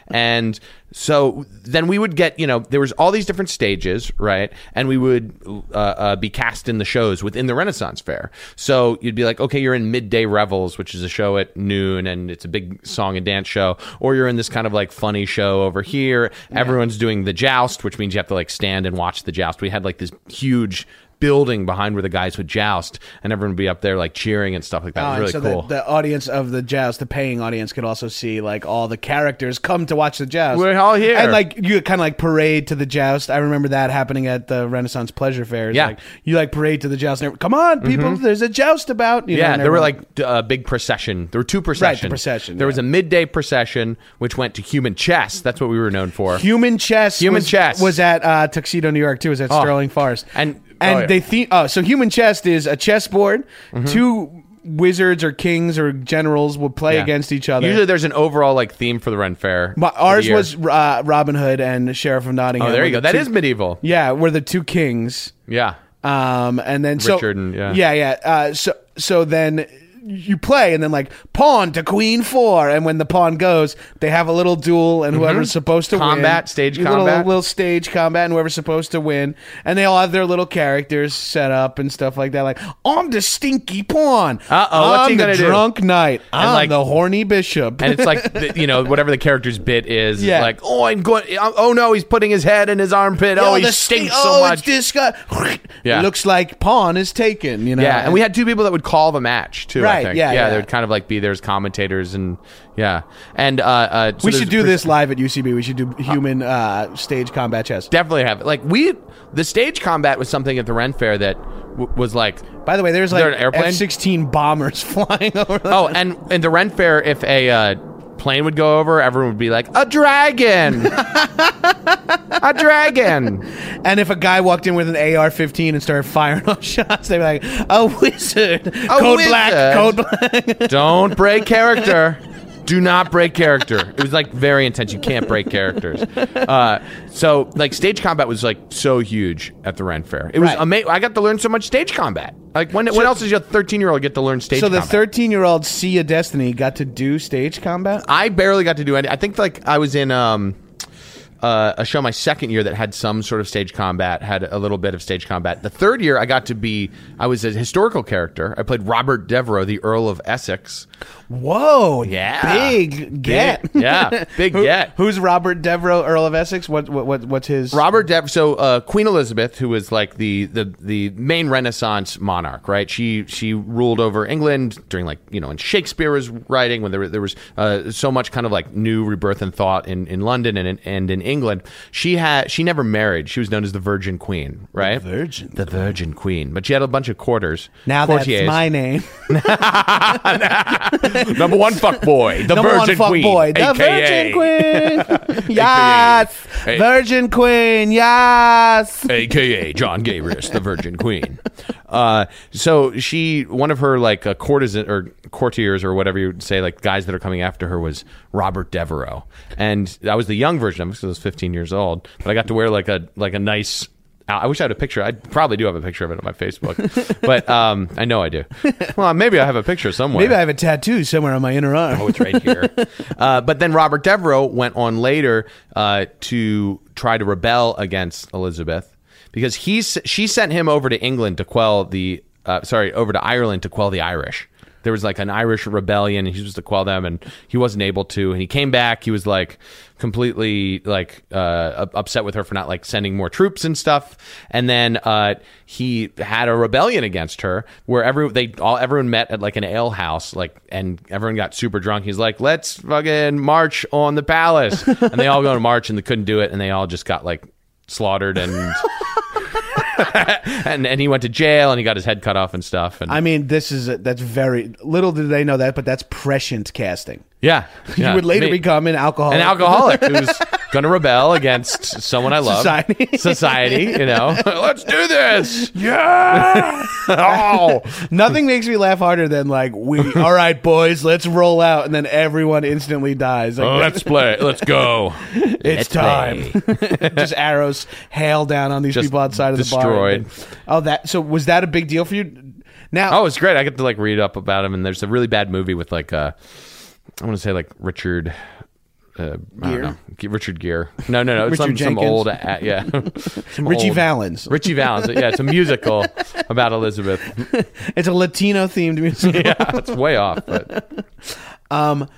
S2: And so then we would get, you know, there was all these different stages, right? And we would uh, uh, be cast in the shows within the Renaissance Fair. So you'd be like, okay, you're in Midday Revels, which is a show at noon, and it's a big song and dance show, or you're in this kind of like funny show over here. Everyone's doing the joust, which means you have to like stand and watch the joust. We had like this huge. Building behind where the guys would joust, and everyone would be up there like cheering and stuff like that.
S4: Oh,
S2: It
S4: and
S2: was really
S4: so
S2: cool.
S4: the, the audience of the joust, the paying audience, could also see like all the characters come to watch the joust.
S2: We're all here.
S4: and like you kind of like parade to the joust. I remember that happening at the Renaissance Pleasure Fair. It's
S2: Yeah. Mm-hmm.
S4: like, you like parade to the joust. And everyone, Come on, people! There's a joust about. You know,
S2: Yeah,
S4: and
S2: there were
S4: everyone-
S2: like d- a big procession. There were two processions.
S4: procession,
S2: There
S4: yeah.
S2: was a midday procession, which went to human chess. That's what we were known for.
S4: Human Chess.
S2: Human
S4: was,
S2: Chess.
S4: was at uh, Tuxedo, New York too. Was at
S2: Oh.
S4: Sterling Forest.
S2: And-
S4: and
S2: oh, yeah. Mm-hmm.
S4: they think oh, so Human Chess is a chessboard. Two wizards or kings or generals will play
S2: Yeah.
S4: against each other.
S2: Usually, there's an overall like theme for the Ren Fair.
S4: My,
S2: for the
S4: ours
S2: year.
S4: was uh, Robin Hood and Sheriff of Nottingham.
S2: Oh, there you
S4: were
S2: go.
S4: the
S2: That
S4: two-
S2: is medieval.
S4: *laughs* yeah, were the two kings.
S2: Yeah.
S4: Um, and then so
S2: Richard and- yeah.
S4: yeah, yeah. Uh, so so then you play, and then like pawn to queen four, and when the pawn goes, they have a little duel, and whoever's supposed to
S2: Mm-hmm. Combat,
S4: win,
S2: stage
S4: a little,
S2: combat.
S4: little stage combat, and whoever's supposed to win, and they all have their little characters set up and stuff like that. Like I'm the stinky pawn.
S2: Uh-oh, what's
S4: I'm
S2: he
S4: the
S2: gonna do?"
S4: drunk knight. I'm
S2: like-
S4: the horny bishop.
S2: And
S4: *laughs*
S2: it's like the, you know whatever the character's bit is.
S4: Yeah.
S2: Yeah. Like oh I'm going. Oh no, he's putting his head in his armpit. oh,
S4: Yo,
S2: he
S4: the
S2: stinks
S4: stink-
S2: so
S4: oh,
S2: much.
S4: It's this guy. *laughs*
S2: Yeah.
S4: It looks like pawn is taken. You know.
S2: Yeah, and we had two people that would call the match too. I
S4: Right,
S2: think.
S4: yeah, yeah.
S2: They would kind of like be there as commentators and yeah. And uh, uh so
S4: We
S2: there's
S4: should do
S2: pres-
S4: this live at UCB. We should do human uh, stage combat chess.
S2: definitely have it. Like we, the stage combat was something at the Ren Fair that w- was like.
S4: By the way, there's
S2: Is
S4: like
S2: there an airplane?
S4: F-16 bombers *laughs* flying over. the-
S2: Oh, and in the Ren Fair, if a uh, plane would go over, everyone would be like, "A dragon, *laughs* a dragon."
S4: And if a guy walked in with an AR-15 and started firing off shots, they'd be like, "A wizard, code black,
S2: wizard."
S4: code black."
S2: Don't break character. Do not break character. It was like very intense. You can't break characters. Uh, so like stage combat was like so huge at the Ren Fair. It was
S4: Right.
S2: amazing. I got to learn so much stage combat. Like when when else does your thirteen year old get to learn stage?
S4: So the
S2: combat?
S4: 13-year-old Sea of Destiny got to do stage combat.
S2: I barely got to do any. I think like I was in um uh, a show my second year that had some sort of stage combat, had a little bit of stage combat. The third year, I got to be I was a historical character. I played Robert Devereux, the Earl of Essex.
S4: Whoa!
S2: Yeah.
S4: big get.
S2: Big- yeah,
S4: *laughs*
S2: big
S4: Who-
S2: get.
S4: Who's Robert Devereux, Earl of Essex? What? What? what what's his?
S2: Robert Dev. So uh, Queen Elizabeth, who was like the, the the main Renaissance monarch, right? She she ruled over England during like you know, when Shakespeare was writing, when there were- there was uh, so much kind of like new rebirth and thought in, in London and in, and in England. She had she never married. She was known as the Virgin Queen, right? The
S4: Virgin.
S2: the Virgin Queen. But she had a bunch of quarters.
S4: Now
S2: courtiers.
S4: that's my name.
S2: number one fuck boy,
S4: *laughs*
S2: the
S4: Number
S2: Virgin
S4: one fuck
S2: Queen,
S4: boy, the
S2: *laughs* AKA,
S4: Virgin Queen. yes,
S2: Hey.
S4: Virgin Queen.
S2: *laughs*
S4: Yes.
S2: aka John Gabrius, the Virgin Queen. Uh, so she, one of her like uh, courtesan or courtiers or whatever you would say, like guys that are coming after her was Robert Devereux, and I was the young version of him because I was 15 years old, but I got to wear like a like a nice. I wish I had a picture. I probably do have a picture of it on my Facebook, but um, I know I do. Well, maybe I have a picture somewhere.
S4: Maybe I have a tattoo somewhere on my inner arm.
S2: Oh, it's right here. uh, but then Robert Devereux went on later uh, to try to rebel against Elizabeth because he s- she sent him over to England to quell the uh, sorry over to Ireland to quell the Irish. there was like an Irish rebellion, and he was to quell them, and he wasn't able to. And he came back. He was like completely like uh, up- upset with her for not like sending more troops and stuff. And then uh, he had a rebellion against her, where every they all everyone met at like an ale house, like, and everyone got super drunk. He's like, "Let's fucking march on
S4: *laughs*
S2: the palace," and they all go to march, and they couldn't do it, and they all just got like
S4: *laughs*
S2: slaughtered and. *laughs* and and he went to jail and he got his head cut off and stuff and
S4: I mean, this is a, that's very little did they know that, but that's prescient casting.
S2: yeah, yeah.
S4: You would later
S2: Me-
S4: become an alcoholic.
S2: an
S4: *laughs*
S2: alcoholic who's going to rebel against someone I love
S4: Society.
S2: *laughs* society
S4: *laughs*
S2: you know let's do this
S3: Yeah.
S2: *laughs*
S4: *laughs*
S2: oh
S4: Nothing makes me laugh harder than like
S2: *laughs*
S4: we. all right, boys, let's roll out, and then everyone instantly dies. Like,
S2: let's play let's go
S4: it's time. *laughs* just arrows hail down on these
S2: Just
S4: people outside of
S2: destroyed.
S4: the bar. Oh, that. So was that a big deal for you? Now,
S2: oh it's great I get to like read up about him and there's a really bad movie with like uh I want to say like Richard uh, I don't
S4: Gere?
S2: know G- Richard Gere no no no it's some,
S4: Richard
S2: some
S4: Jenkins?
S2: old uh,
S4: *laughs*
S2: yeah Some
S4: Richie
S2: old-
S4: Valens.
S2: Richie Valens yeah it's a musical
S4: *laughs*
S2: about Elizabeth *laughs*
S4: It's a Latino themed music.
S2: yeah, it's way off. But
S4: Um,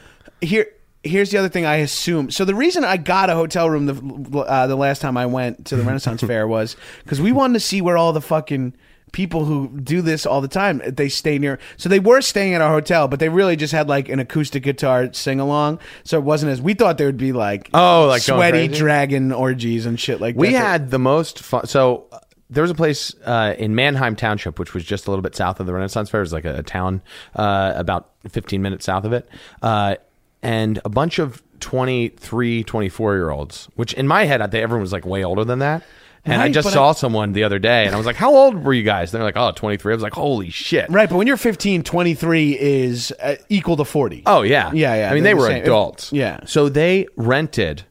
S4: here, here's the other thing. I assume so. The reason I got a hotel room the uh, the last time I went
S2: *laughs*
S4: to the Renaissance Fair was because we wanted to see where all the fucking people who do this all the time they stay near. So they were staying at our hotel, but they really just had like an acoustic guitar sing along. So it wasn't as we thought there would be like
S2: Oh, like going
S4: sweaty
S2: crazy?
S4: dragon orgies and shit like
S2: we
S4: that.
S2: had the most fun. So uh, there was a place uh, in Mannheim Township, which was just a little bit south of the Renaissance Fair. It was like a, a town uh, about 15 minutes south of it. Uh, and a bunch of 23, 24 year olds, which in my head, I think everyone was like way older than that. And I
S4: Right,
S2: just
S4: but
S2: saw someone the other day and I was like, How old were you guys? And they're like, Oh, 23. I was like, Holy shit.
S4: right, but when you're 15, 23 is uh, equal to 40.
S2: Oh yeah,
S4: Yeah, yeah,
S2: I mean, they
S4: they're the
S2: were
S4: same.
S2: adults.
S4: Yeah.
S2: So they rented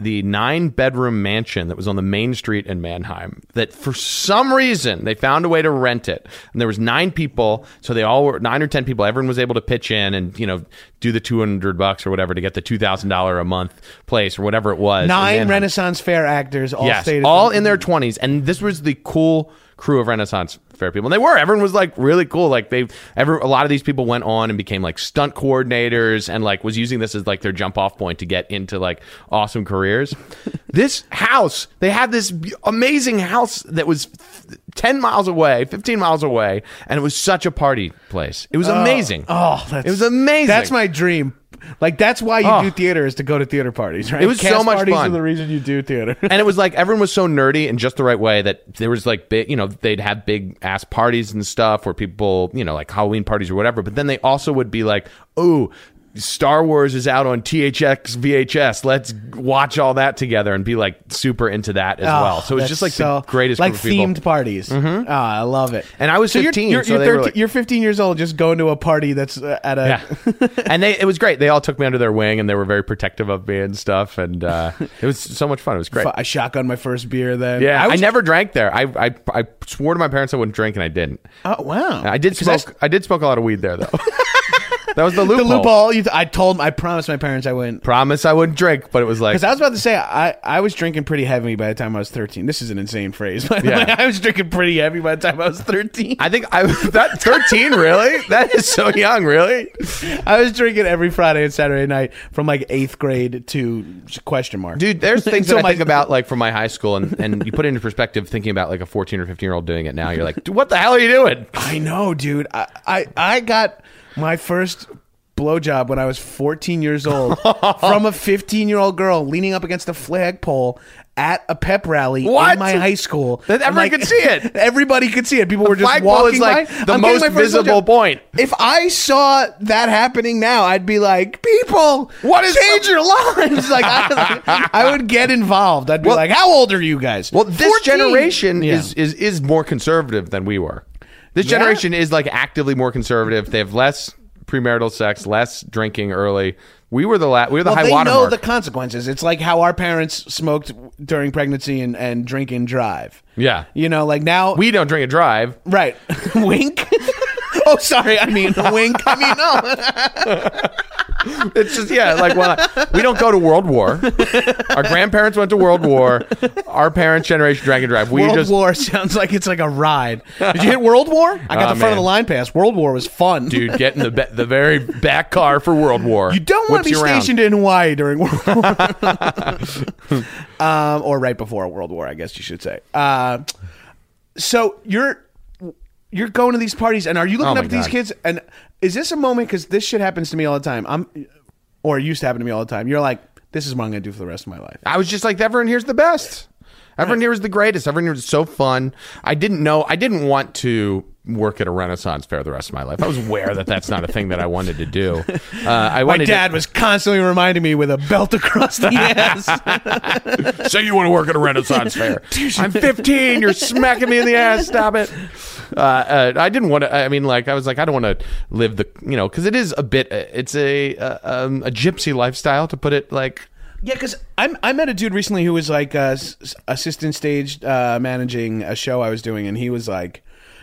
S2: the nine bedroom mansion that was on the main street in Mannheim. That for some reason they found a way to rent it, and there was nine people. So they all were nine or ten people. Everyone was able to pitch in and you know do the two hundred bucks or whatever to get the two thousand dollar a month place or whatever it was. in
S4: Nine
S2: Mannheim.
S4: Renaissance Fair actors all
S2: Yes,
S4: stayed at
S2: all
S4: the-
S2: in their twenties, and this was the cool crew of Renaissance Fair people. And they were everyone was like really cool. Like they, every a lot of these people went on and became like stunt coordinators, and like was using this as like their jump off point to get into like
S4: *laughs*
S2: awesome careers. this house, they had this b- amazing house that was f- ten miles away, fifteen miles away, and it was such a party place. It was amazing.
S4: Oh, that's,
S2: it was amazing. Oh.
S4: That's my dream. Like that's why you do theater is to go to theater parties, right?
S2: It was so
S4: Cast
S2: much
S4: parties
S2: fun.
S4: Are the reason you do theater.
S2: and it was like everyone was so nerdy in just the right way that there was like big, you know, they'd have big ass parties and stuff where people, you know, like Halloween parties or whatever. But then they also would be like, oh, Star Wars is out on THX VHS. Let's watch all that together and be like super into that as well.
S4: Ah,
S2: So it was
S4: Oh, That's
S2: just like
S4: so-
S2: the greatest
S4: like
S2: group of people. Mm-hmm.
S4: themed parties. Ah, I love it.
S2: And I was
S4: so you're-
S2: 15,
S4: You're,
S2: so
S4: you're
S2: they were
S4: 13
S2: like-
S4: you're 15 years old, just going to a party that's uh, at a. *laughs*
S2: yeah, *laughs* and they it was great. They all took me under their wing, and they were very protective of me and stuff.
S4: *laughs*
S2: And uh, it was so much fun. It was great.
S4: I shotgun my first beer then.
S2: Yeah, I,
S4: was-
S2: never drank there. I, I I swore to my parents I wouldn't drink, and I didn't.
S4: Oh wow!
S2: I did
S4: 'Cause that's
S2: smoke. I did smoke a lot of weed there, *laughs* though. that was the loophole.
S4: the loophole. You I told. I promised my parents I wouldn't.
S2: Promise I wouldn't drink, but it was like
S4: Because I was about to say I, I was drinking pretty heavy by the time I was 13. This is an insane phrase. By the
S2: Yeah.
S4: way. *laughs* I was drinking pretty heavy by the time I was 13.
S2: I think I *laughs* that thirteen really. That is so young, really.
S4: I was drinking every Friday and Saturday night from like eighth grade to question mark.
S2: Dude, there's *laughs* things
S4: So
S2: that I
S4: my-
S2: think about like from my high school, and and you put it into perspective thinking about like a fourteen or fifteen year old doing it now. You're like, "Dude, what the hell are you doing?
S4: I know, dude. I I, I got my first blowjob when I was 14 years
S2: *laughs*
S4: old from a 15 year old girl leaning up against a flagpole at a pep rally
S2: What?
S4: in my high school.
S2: That everyone could see it.
S4: *laughs* Everybody could see it. People were just
S2: flagpole
S4: walking
S2: is, like,
S4: by.
S2: the
S4: I'm getting
S2: most
S4: my first
S2: visible
S4: blowjob.
S2: point.
S4: If I saw that happening now, I'd be like, people,
S2: What is-
S4: change your lives? *laughs* Like I, I would get involved. I'd be
S2: Well-
S4: like, how old are you guys?
S2: Well, this
S4: 14.
S2: generation
S4: Yeah.
S2: is, is is more conservative than we were. This
S4: Yeah.
S2: generation is like actively more conservative. They have less premarital sex, less drinking early. We were the la- we were the
S4: well,
S2: high
S4: they
S2: water
S4: know
S2: mark.
S4: the consequences. It's like how our parents smoked during pregnancy and, and drink and drive.
S2: Yeah.
S4: You know, like now
S2: we don't drink and drive.
S4: right *laughs* *laughs* wink. oh, sorry. I mean wink. I mean no.
S2: It's just yeah, like when I, we don't go to World War. Our grandparents went to World War. Our parents' generation drank and drive. *laughs* We
S4: World
S2: just
S4: War sounds like it's like a ride. Did you hit World War? I got
S2: Aw,
S4: the front
S2: Ah, man.
S4: of the line pass. World War was fun.
S2: dude get in the be- the very back car for World War.
S4: You don't want
S2: Whips
S4: to be
S2: you around.
S4: stationed in Hawaii during
S2: *laughs*
S4: World War, um, or right before World War, I guess you should say. Uh, so you're you're going to these parties, and are you looking
S2: Oh my
S4: up at these
S2: God.
S4: kids? And is this a moment? Because this shit happens to me all the time. I'm, or it used to happen to me all the time. You're like, this is what I'm going to do for the rest of my life.
S2: I was just like, everyone here's the best. Everyone here is the greatest. Everyone here is so fun. I didn't know. I didn't want to work at a Renaissance fair the rest of my life. I was aware that that's not a thing that I wanted to do. Uh,
S4: My
S2: I wanted
S4: dad was constantly reminding me with a belt across
S2: *laughs*
S4: the ass.
S2: to *laughs* say you want to work at a Renaissance fair. I'm 15. You're smacking me in the ass. Stop it. Uh, uh, I didn't want to. I mean, like, I was like, I don't want to live the, you know, because it is a bit. uh, It's a uh, um, a gypsy lifestyle to put it like.
S4: Yeah, because I'm I met a dude recently who was like uh, s- assistant stage uh, managing a show I was doing, and he was like.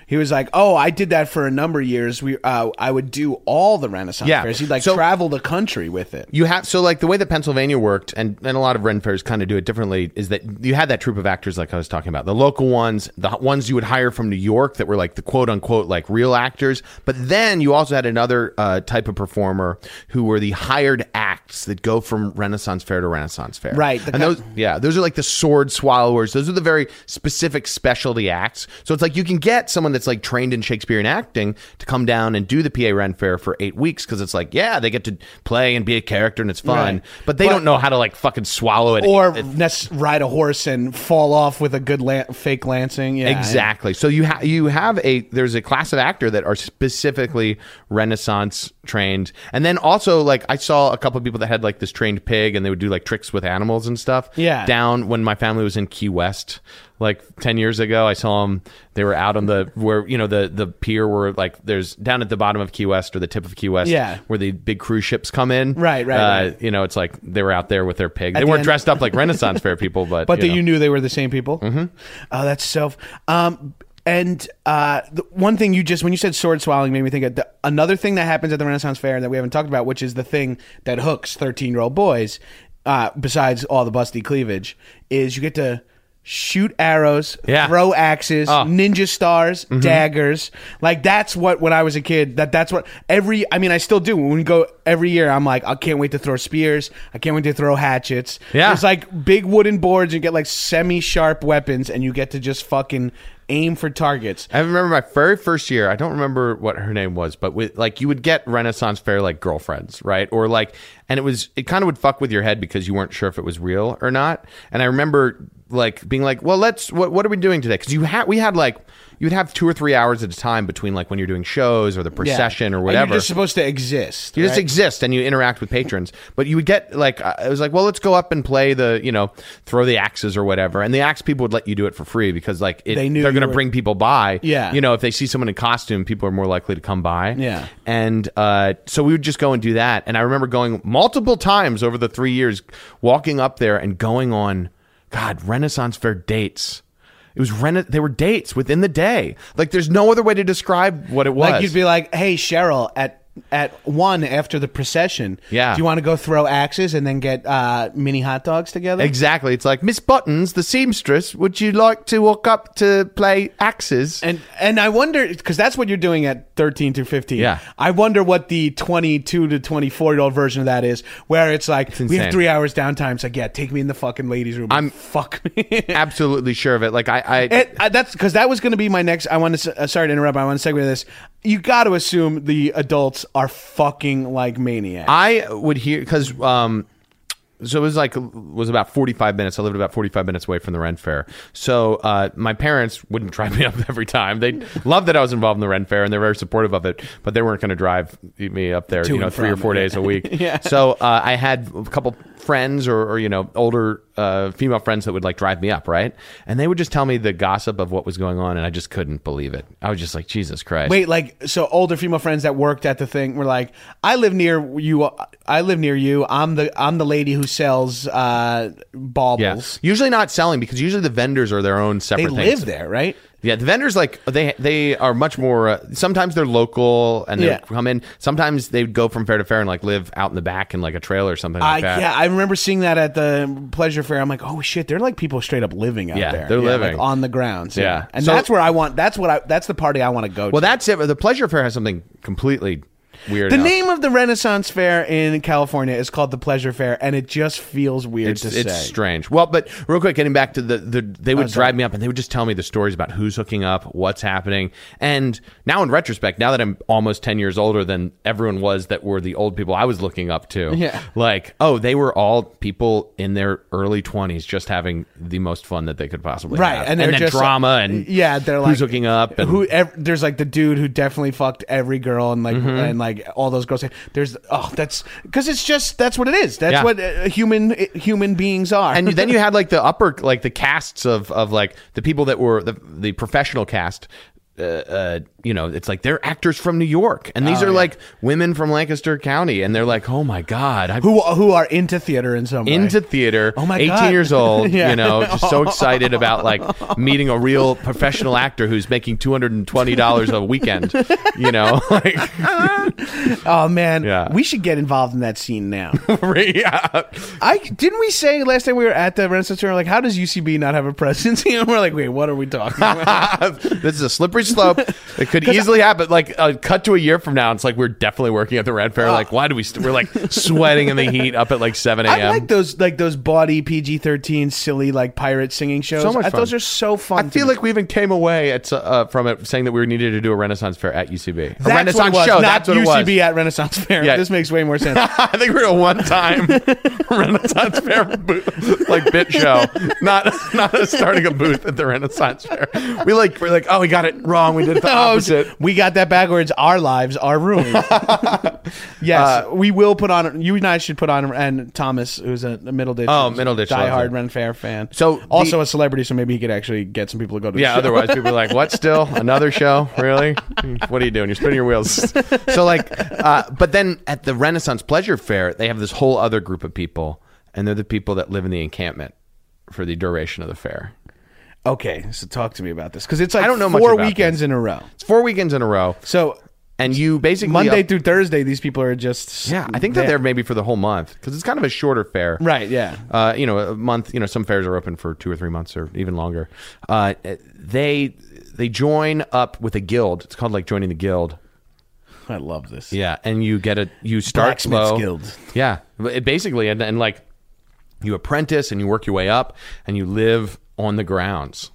S4: He was like, "Oh, I did that for a number of years. We, uh, I would do all the Renaissance
S2: Yeah.
S4: fairs. He'd like
S2: So-
S4: travel the country with it.
S2: you have so like the way that Pennsylvania worked, and and a lot of Ren fairs kind of do it differently. Is that you had that troupe of actors like I was talking about, the local ones, the h- ones you would hire from New York that were like the quote unquote like real actors. But then you also had another uh, type of performer who were the hired acts that go from Renaissance fair to Renaissance fair,
S4: Right, the
S2: And
S4: co-
S2: those yeah, those are like the sword swallowers. Those are the very specific specialty acts. So it's like you can get someone that's like trained in Shakespearean acting to come down and do the PA Ren Fair for eight weeks because it's like, yeah, they get to play and be a character and it's fun,
S4: Right.
S2: but they don't know how to like fucking swallow it.
S4: Or
S2: It-
S4: nes- ride a horse and fall off with a good la- fake lancing. Yeah,
S2: exactly. So you ha- you have a there's a class of actor that are specifically Renaissance trained, and then also like I saw a couple of people that had like this trained pig, and they would do like tricks with animals and stuff.
S4: Yeah.
S2: Down when my family was in Key West, like ten years ago, I saw them. They were out on the where you know the the pier where like there's down at the bottom of Key West or the tip of Key West.
S4: Yeah.
S2: Where the big cruise ships come in.
S4: Right, right,
S2: Uh,
S4: right.
S2: You know, it's like they were out there with their pig. they
S4: the
S2: weren't
S4: end- *laughs*
S2: dressed up like Renaissance fair people, but
S4: But that
S2: know.
S4: you knew they were the same people. Mm-hmm. Oh, that's so. Um, and uh, the one thing you just when you said sword swallowing made me think of the, another thing that happens at the Renaissance Fair that we haven't talked about, which is the thing that hooks thirteen year old boys. Uh, besides all the busty cleavage, is you get to shoot arrows,
S2: Yeah. Oh. Mm-hmm.
S4: throw axes, ninja stars, daggers. Like that's what when I was a kid. That that's what every. I mean, I still do. When we go every year, I'm like, I can't wait to throw spears. I can't wait to throw hatchets.
S2: Yeah.
S4: There's like big wooden boards. You get like semi sharp weapons and you get to just fucking aim for targets.
S2: I remember my very first year. I don't remember what her name was, but with like you would get Renaissance Fair like girlfriends, right? Or like, and it was it kind of would fuck with your head because you weren't sure if it was real or not. And I remember like being like, well, let's what what are we doing today? Because you had we had like you'd have two or three hours at a time between like when you're doing shows or the
S4: Yeah.
S2: procession or
S4: And
S2: whatever.
S4: You're just supposed to exist.
S2: You just
S4: right?
S2: exist and you interact with patrons, but you would get like uh, I was like, well, let's go up and play the you know throw the axes or whatever, and the axe people would let you do it for free because like it,
S4: They knew
S2: they're
S4: you
S2: going to
S4: were-
S2: bring people by.
S4: Yeah.
S2: you know if they see someone in costume, people are more likely to come by.
S4: Yeah.
S2: and uh, so we would just go and do that, and I remember going multiple times over the three years, walking up there and going on, God, Renaissance Fair dates. It was rena- they were dates within the day. Like there's no other way to describe what it was.
S4: Like you'd be like, hey, Cheryl, at at one after the procession,
S2: Yeah.
S4: do you want to go throw axes and then get uh, mini hot dogs together?
S2: Exactly. It's like Miss Buttons, the seamstress. Would you like to walk up to play axes?
S4: And and I wonder because that's what you're doing at 13 to 15.
S2: Yeah.
S4: I wonder what the 22 to 24 year old version of that is, where it's like we
S2: insane.
S4: have three hours downtime. It's like, yeah, take me in the fucking ladies' room.
S2: I'm-
S4: and fuck me. *laughs*
S2: Absolutely sure of it. Like I, I
S4: It, I, that's because that was going to be my next. I want to. Uh, sorry to interrupt. but I want to segue to this. You got to assume the adults are fucking like maniacs.
S2: I would hear because um, so it was like was about forty five minutes. I lived about forty five minutes away from the Ren Fair, so uh, my parents wouldn't *laughs* drive me up every time. They loved that I was involved in the Ren Fair, and they're very supportive of it. But they weren't going to drive me up there,
S4: To
S2: you know,
S4: and
S2: three or
S4: from,
S2: four
S4: yeah. *laughs*
S2: days a week. So uh, I had a couple friends or, or you know older uh, female friends that would like drive me up, right? And they would just tell me the gossip of what was going on, and I just couldn't believe it. I was just like, Jesus Christ!
S4: Wait, like so older female uh, friends that worked at the thing were like, I live near you. I live near you. I'm the I'm the lady who sells uh, baubles.
S2: Yeah. Usually not selling because usually the vendors are their own separate
S4: They
S2: things.
S4: live there, right?
S2: Yeah, the vendors like they they are much more. Uh, sometimes they're local and they
S4: Yeah.
S2: come in. Sometimes they would go from fair to fair and like live out in the back in like a trailer or something
S4: I
S2: like that.
S4: yeah, I remember seeing that at the pleasure fair. I'm like, oh shit, they're like people straight up living out
S2: Yeah,
S4: there.
S2: they're
S4: like,
S2: living.
S4: on the grounds. Yeah,
S2: Yeah.
S4: and
S2: So-
S4: that's where I want. That's what I. That's the party I want to go to.
S2: Well, that's it. The pleasure fair has something completely weird.
S4: the
S2: now.
S4: name of the Renaissance Fair in California is called the Pleasure Fair, and it just feels weird
S2: It's,
S4: to
S2: it's
S4: say. Oh,
S2: strange. Well, but real quick, getting back to the, the they would
S4: sorry.
S2: drive me up and they would just tell me the stories about who's hooking up, what's happening. And now in retrospect, now that I'm almost 10 years older than everyone was that were the old people I was looking up to.
S4: *laughs* Yeah.
S2: Like, oh, they were all people in their early 20s just having the most fun that they could possibly
S4: Right,
S2: have.
S4: and they're
S2: then
S4: just-
S2: drama and
S4: yeah, they're like
S2: who's hooking up and Mm-hmm.
S4: who ev- there's like the dude who definitely fucked every girl and like and like all those girls. There's oh that's because it's just that's what it is. That's
S2: Yeah.
S4: what uh, human uh, human beings are.
S2: and then you had like the upper like the casts of of like the people that were the the professional cast uh, uh, you know, it's like they're actors from New York, and
S4: Oh,
S2: these are like women from Lancaster County, and they're like, "Oh my god,
S4: *laughs*
S2: I'm
S4: who who are into theater in some way.
S2: into theater,
S4: Oh my
S2: 18
S4: God.
S2: years old,
S4: *laughs* Yeah.
S2: you know, just so excited
S4: *laughs*
S2: about like meeting a real professional actor who's making two hundred and twenty dollars a weekend, you know, *laughs* like,
S4: Oh man,
S2: Yeah.
S4: we should get involved in that scene
S2: *laughs*
S4: now.
S2: yeah.
S4: I didn't we say last time we were at the Renaissance Fair like how does UCB not have a presence? *laughs* and we're like, wait, what are we talking about?
S2: *laughs* this is a slippery slope. It could easily happen. Like uh, cut to a year from now, it's like we're definitely working at the Red Fair. like, why do we? St- we're like sweating in the heat up at like seven
S4: Ah. *laughs* I like
S2: a.m.
S4: those like those bawdy PG thirteen silly like pirate singing shows.
S2: So much
S4: I-
S2: fun.
S4: Those are so fun.
S2: I
S4: to
S2: feel
S4: me.
S2: like we even came away at, uh, from it saying that we needed to do a Renaissance fair at UCB.
S4: That's
S2: a
S4: what
S2: Renaissance
S4: it was,
S2: show.
S4: not
S2: That's what
S4: UCB
S2: it was.
S4: at Renaissance Fair.
S2: Yeah.
S4: This makes way more sense.
S2: *laughs* I think we're
S4: *laughs*
S2: a one-time Renaissance fair bo- like bit show, not not us starting a booth at the Renaissance fair. We like we're like, oh, we got it *laughs* wrong. We
S4: *laughs*
S2: did it the
S4: Oh,
S2: opposite.
S4: we got that backwards. Our lives are
S2: *laughs*
S4: ruined. yes,
S2: Uh,
S4: we will put on. You and I should put on. And Thomas, who's a, a middle ditch,
S2: Oh, middle ditch loves
S4: diehard
S2: it.
S4: Ren Fair fan.
S2: So
S4: also
S2: the-
S4: a celebrity, so maybe he could actually get some people to go to. The
S2: Yeah,
S4: show.
S2: otherwise people are like, "What? Still another show? Really? What are you doing? You're spinning your wheels." So like, uh, but then at the Renaissance Pleasure Fair, they have this whole other group of people, and they're the people that live in the encampment for the duration of the fair.
S4: *laughs* Okay, so talk to me about this because it's like
S2: I don't know much
S4: four
S2: about
S4: weekends
S2: this.
S4: in a row.
S2: It's four weekends in a row,
S4: So
S2: and you basically
S4: Monday through Thursday, these people are just
S2: yeah, I think that they're maybe for the whole month because it's kind of a shorter fair,
S4: Right, yeah.
S2: Uh, you know, a month. You know, some fairs are open for two or three months or even longer. Uh, they they join up with a guild. It's called like joining the guild.
S4: I love this.
S2: Yeah, and you get a you start
S4: Blacksmith's
S2: slow.
S4: Guild.
S2: Yeah, but it basically, and, and like you apprentice and you work your way up, and you live on the grounds.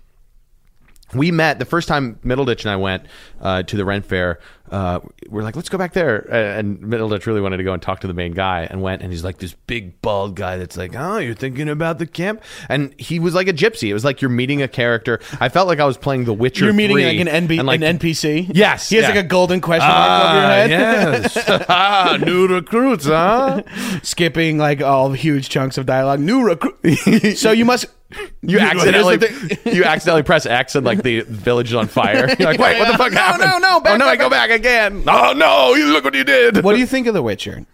S2: We met the first time Middleditch and I went uh, to the Rent Fair. Uh, we're like, let's go back there, Uh, and Middleditch really wanted to go and talk to the main guy, and went, and he's like this big bald guy that's like, oh, you're thinking about the camp, and he was like a gypsy. It was like you're meeting a character. I felt like I was playing The Witcher.
S4: You're meeting
S2: 3,
S4: like Uh, an NB,
S2: and, like,
S4: an NPC.
S2: Yes,
S4: he has
S2: yeah.
S4: like a golden question mark over your
S2: Ah,
S4: head.
S2: yes. *laughs* ah, new recruits, huh?
S4: *laughs* skipping like all huge chunks of dialogue. New recruit. *laughs* so you must. *laughs*
S2: You accidentally
S4: Here's the thing.
S2: you accidentally press X and like the village is on *laughs* fire. You're like, wait, what the fuck
S4: No,
S2: happened?
S4: no, no, back,
S2: oh no,
S4: back,
S2: I go back again. Oh no, you look what you did.
S4: what do you think of The Witcher?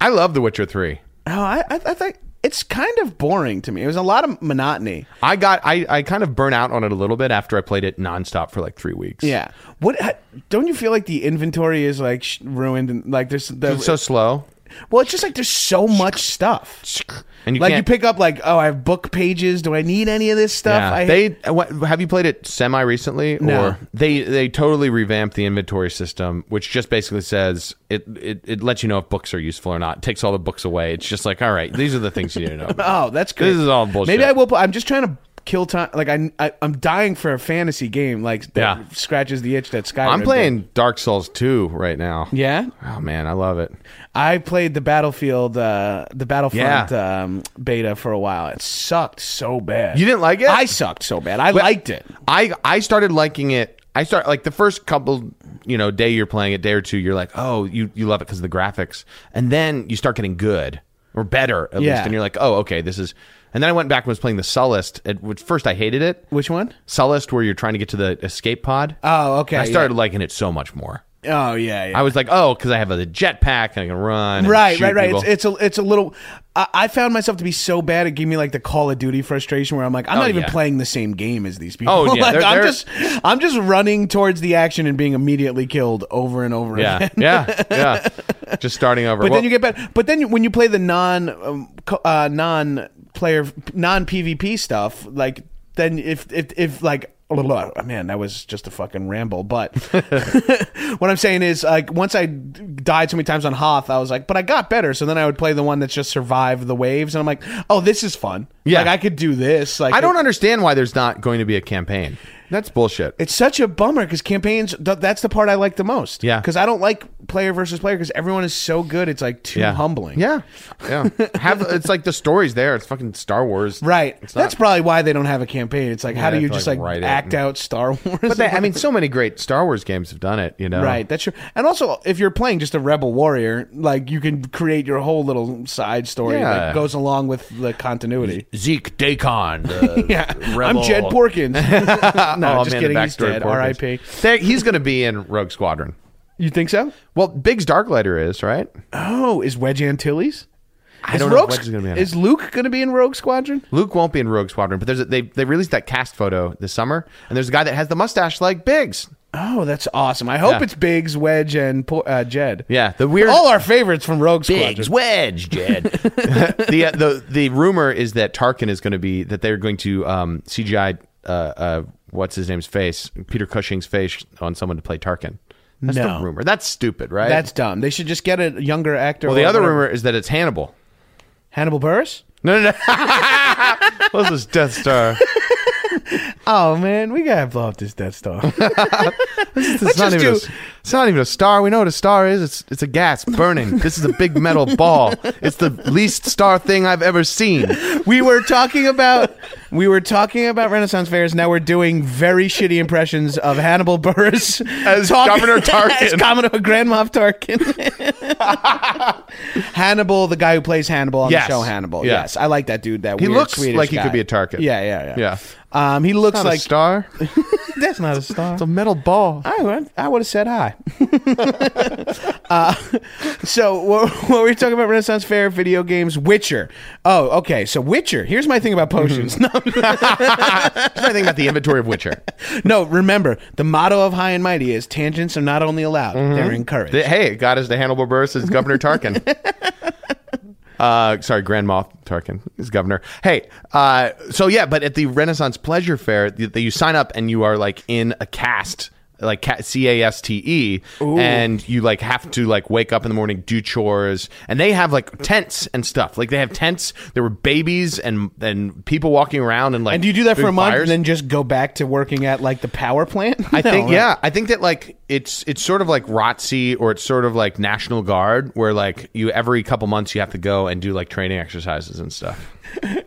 S2: I love The Witcher Three.
S4: Oh, I, I, I think it's kind of boring to me. It was a lot of monotony.
S2: I got I, I kind of burn out on it a little bit after I played it nonstop for like three weeks.
S4: Yeah. What? ha- Don't you feel like the inventory is like sh- ruined and like there's the,
S2: It's so slow.
S4: well, it's just like there's so much stuff.
S2: And you
S4: like you
S2: can't-
S4: pick up like oh, I have book pages. Do I need any of this stuff?
S2: Yeah.
S4: I
S2: they uh, what, have you played it semi recently
S4: No.
S2: or they they totally revamped the inventory system which just basically says it, it it lets you know if books are useful or not it takes all the books away it's just like all right these are the things you need to know
S4: *laughs*
S2: about.
S4: Oh, that's good.
S2: This is all bullshit.
S4: Maybe I will. pl- I'm just trying to kill time. Like I, I am dying for a fantasy game. Like that
S2: Yeah.
S4: scratches the itch that Skyrim.
S2: I'm
S4: did.
S2: playing Dark Souls 2 right now
S4: Yeah,
S2: oh man I love it
S4: I played the Battlefield, uh, the Battlefront
S2: Yeah.
S4: um, beta for a while. It sucked so bad.
S2: You didn't like it?
S4: I sucked so bad. I liked it.
S2: I I started liking it. I start like the first couple, you know, day you're playing it, day or two, you're like, oh, you you love it because of the graphics, and then you start getting good or better at
S4: Yeah.
S2: least, and you're like, oh, okay, this is. And then I went back and was playing the Sullust. At which first I hated it.
S4: Which one?
S2: Sullust, where you're trying to get to the escape pod.
S4: Oh, okay,
S2: And I started
S4: yeah.
S2: liking it so much more.
S4: Oh yeah, yeah.
S2: I was like, oh, because I have a jetpack and I can run. and
S4: right,
S2: shoot
S4: right, right.
S2: people.
S4: It's, it's a it's a little. I, I found myself to be so bad. It gave me like the Call of Duty frustration where I'm like, I'm
S2: Oh,
S4: not even
S2: yeah.
S4: playing the same game as these people.
S2: Oh, yeah,
S4: *laughs* Like,
S2: they're-
S4: I'm
S2: they're-
S4: just I'm just running towards the action and being immediately killed over and over *laughs*
S2: yeah, *laughs*
S4: again.
S2: yeah, yeah. Just starting over.
S4: But
S2: Well,
S4: then you get better. But then you- when you play the non um, co- uh, non player non PvP stuff, like then if if if like. oh, Man, that was just a fucking ramble. But *laughs* what I'm saying is, like, once I died so many times on Hoth, I was like, but I got better. So then I would play the one that's just survived the waves, and I'm like, oh, this is fun.
S2: Yeah.
S4: like I could do this. Like,
S2: I
S4: it-
S2: don't understand why there's not going to be a campaign. That's bullshit.
S4: it's such a bummer because campaigns. Th- that's the part I like the most.
S2: Yeah.
S4: because I don't like player versus player because everyone is so good. It's like too humbling.
S2: Yeah, *laughs* yeah. Have it's like the story's there. It's fucking Star Wars,
S4: Right.
S2: It's
S4: That's
S2: not-
S4: probably why they don't have a campaign. It's like, how do
S2: they
S4: you
S2: have to,
S4: just
S2: like,
S4: like,
S2: write it
S4: act
S2: and-
S4: out Star *laughs* Wars?
S2: But they, I mean, so many great Star Wars games have done it. You know,
S4: right. That's true. And also, if you're playing just a rebel warrior, like you can create your whole little side story
S2: Yeah.
S4: that goes along with the continuity.
S2: Zeke Dacon. *laughs* The
S4: Yeah.
S2: rebel.
S4: I'm Jed
S2: *laughs*
S4: Porkins. *laughs* no,
S2: Oh,
S4: just
S2: man, the
S4: kidding. He's
S2: backstory
S4: dead.
S2: Porkins.
S4: R.I.P.
S2: There- he's going to be in Rogue Squadron.
S4: You think so?
S2: Well, Biggs Darklighter is right.
S4: Oh, is Wedge Antilles?
S2: I
S4: Is
S2: don't know
S4: Rogue
S2: if Wedge
S4: Squ-
S2: is going to be in. it.
S4: Is Luke going to be in Rogue Squadron?
S2: Luke won't be in Rogue Squadron, but there's a, they they released that cast photo this summer, and there's a guy that has the mustache like Biggs.
S4: Oh, that's awesome. I hope
S2: Yeah.
S4: it's Biggs, Wedge, and Por- uh, Jed.
S2: Yeah, the weird
S4: All our favorites from Rogue Squadron.
S2: Biggs Wedge Jed. the uh, the the rumor is that Tarkin is going to be that they're going to um, CGI uh, uh, what's his name's face Peter Cushing's face on someone to play Tarkin. That's
S4: No.
S2: the rumor. That's stupid, right?
S4: That's dumb. They should just get a younger actor.
S2: well. The
S4: or
S2: other
S4: whatever.
S2: rumor is that it's Hannibal.
S4: Hannibal Burris.
S2: No, no, *laughs* no. What's this
S4: *laughs*
S2: Death Star?
S4: Oh man, we gotta blow up this Death Star.
S2: It's not,
S4: just
S2: even a,
S4: do-
S2: it's not even a star. We know what a star is. It's it's a gas burning. this is a big
S4: *laughs*
S2: metal ball. It's the least star thing I've ever seen.
S4: *laughs* we were talking about we were talking about Renaissance fairs. Now we're doing very shitty impressions of Hannibal Burris
S2: *laughs*
S4: *laughs* as
S2: Governor Tarkin.
S4: as Commodore Grand Moff Tarkin. *laughs* Hannibal, the guy who plays Hannibal on
S2: Yes.
S4: the show Hannibal.
S2: Yeah.
S4: Yes, I like that dude. That
S2: He
S4: weird
S2: looks
S4: Swedish
S2: like he
S4: guy.
S2: could be a Tarkin.
S4: Yeah, yeah, yeah.
S2: Yeah.
S4: Um, he looks
S2: Not
S4: like *laughs*
S2: a star.
S4: that's not a star.
S2: It's a metal ball.
S4: I would, I would have said hi. *laughs* Uh, so what, what were we talking about? Renaissance Fair, video games, Witcher. Oh, okay. So Witcher. Here's my thing about potions.
S2: That's my thing about the inventory of Witcher.
S4: *laughs* no, no, remember the motto of High and Mighty is tangents are not only allowed,
S2: Mm-hmm.
S4: they're encouraged.
S2: The- hey, it got us to Hannibal Burris as Governor
S4: *laughs*
S2: Tarkin. uh, sorry, Grand Moff Tarkin is governor. Hey, uh, so yeah, but at the Renaissance Pleasure Fair, you, you sign up and you are like in a cast. Like ca- C A S T E, and you like have to like wake up in the morning, do chores, and they have like tents and stuff. Like they have tents. There were babies and and people walking around and like.
S4: and do you do that for
S2: big
S4: a month
S2: fires.
S4: and then just go back to working at like the power plant?
S2: I
S4: No,
S2: think
S4: right?
S2: yeah, I think that like it's it's sort of like ROTC or it's sort of like National Guard where like you every couple months you have to go and do like training exercises and *laughs* stuff.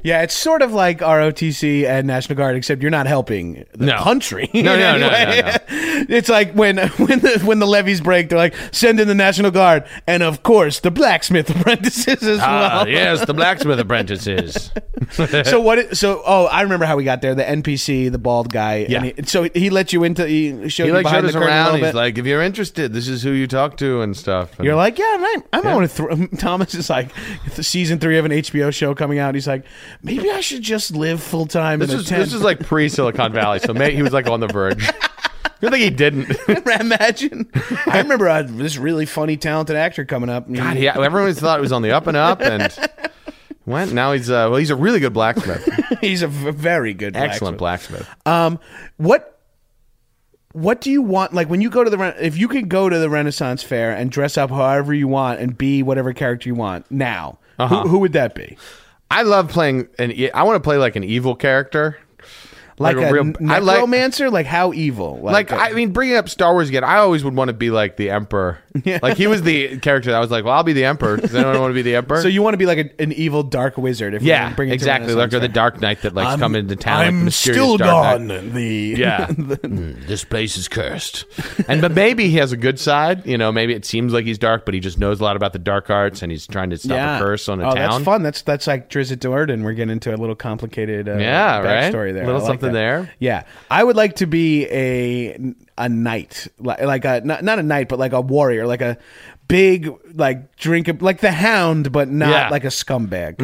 S4: yeah. It's sort of like ROTC and National Guard, except you're not helping the
S2: No.
S4: country. *laughs*
S2: No,
S4: in
S2: no,
S4: any
S2: no, no,
S4: way.
S2: no.
S4: *laughs* It's like when *laughs* when the when the levees break, they're like send in the National Guard, and of course the blacksmith *laughs* apprentices as well.
S2: Ah, yes, the blacksmith *laughs* apprentices.
S4: *laughs* So what? It, so oh, I remember how we got there. The NPC, the bald guy.
S2: Yeah.
S4: And he, so he let you into. He showed
S2: He
S4: you
S2: like showed
S4: behind
S2: us
S4: the curtain a
S2: around.
S4: little
S2: He's
S4: bit.
S2: like, if you're interested, this is who you talk to and stuff. And
S4: You're like, yeah, right. I might want to throw. *laughs* Thomas is like, the season three of an HBO show coming out. He's like, maybe I should just live full time.
S2: this
S4: in a
S2: is
S4: tent.
S2: this is like pre Silicon Valley, so may, he was like on the *laughs* verge. Good thing he didn't. *laughs*
S4: imagine. *laughs* I remember I had this really funny, talented actor coming up.
S2: God, yeah, everyone thought it was on the up and up, and went. Now he's uh, well, he's a really good *laughs* blacksmith,
S4: *laughs* he's a v- very good,
S2: excellent
S4: blacksmith.
S2: blacksmith.
S4: Um, what what do you want? Like when you go to the Ren- if you could go to the Renaissance Fair and dress up however you want and be whatever character you want now,
S2: Uh-huh.
S4: who, who would that be?
S2: I love playing an. e- I want to play like an evil character,
S4: Like, a, n-
S2: I like
S4: necromancer? Like, how evil? uh,
S2: like
S4: a-
S2: I mean, bringing up Star Wars again. I always would want to be like the
S4: *laughs*
S2: Emperor. Like he was the character that I was like, well, I'll be the Emperor because I don't want to be the Emperor.
S4: so you want to be like a, an evil dark wizard? If we're
S2: *laughs* yeah,
S4: gonna bring it to
S2: exactly. Like
S4: Renaissance
S2: or the
S4: Fair.
S2: Dark Knight that like come into town. like, the
S4: I'm
S2: mysterious
S4: still
S2: Dark
S4: gone.
S2: Knight.
S4: *laughs* The
S2: *laughs* Yeah, Mm, this place is cursed. and but maybe he has a good side. You know, maybe it seems like he's dark, but he just knows a lot about the dark arts, and he's trying to stop a curse on a
S4: oh,
S2: town.
S4: that's fun. That's that's like Drizzt Do'Urden. We're getting into a little complicated uh,
S2: Yeah, right.
S4: backstory there.
S2: Little
S4: I like
S2: something something there.
S4: Yeah, I would like to be a a knight, like, like a not, not a knight, but like a warrior, like a big like drink of, like the hound, but not
S2: Yeah. Mm-hmm.
S4: like a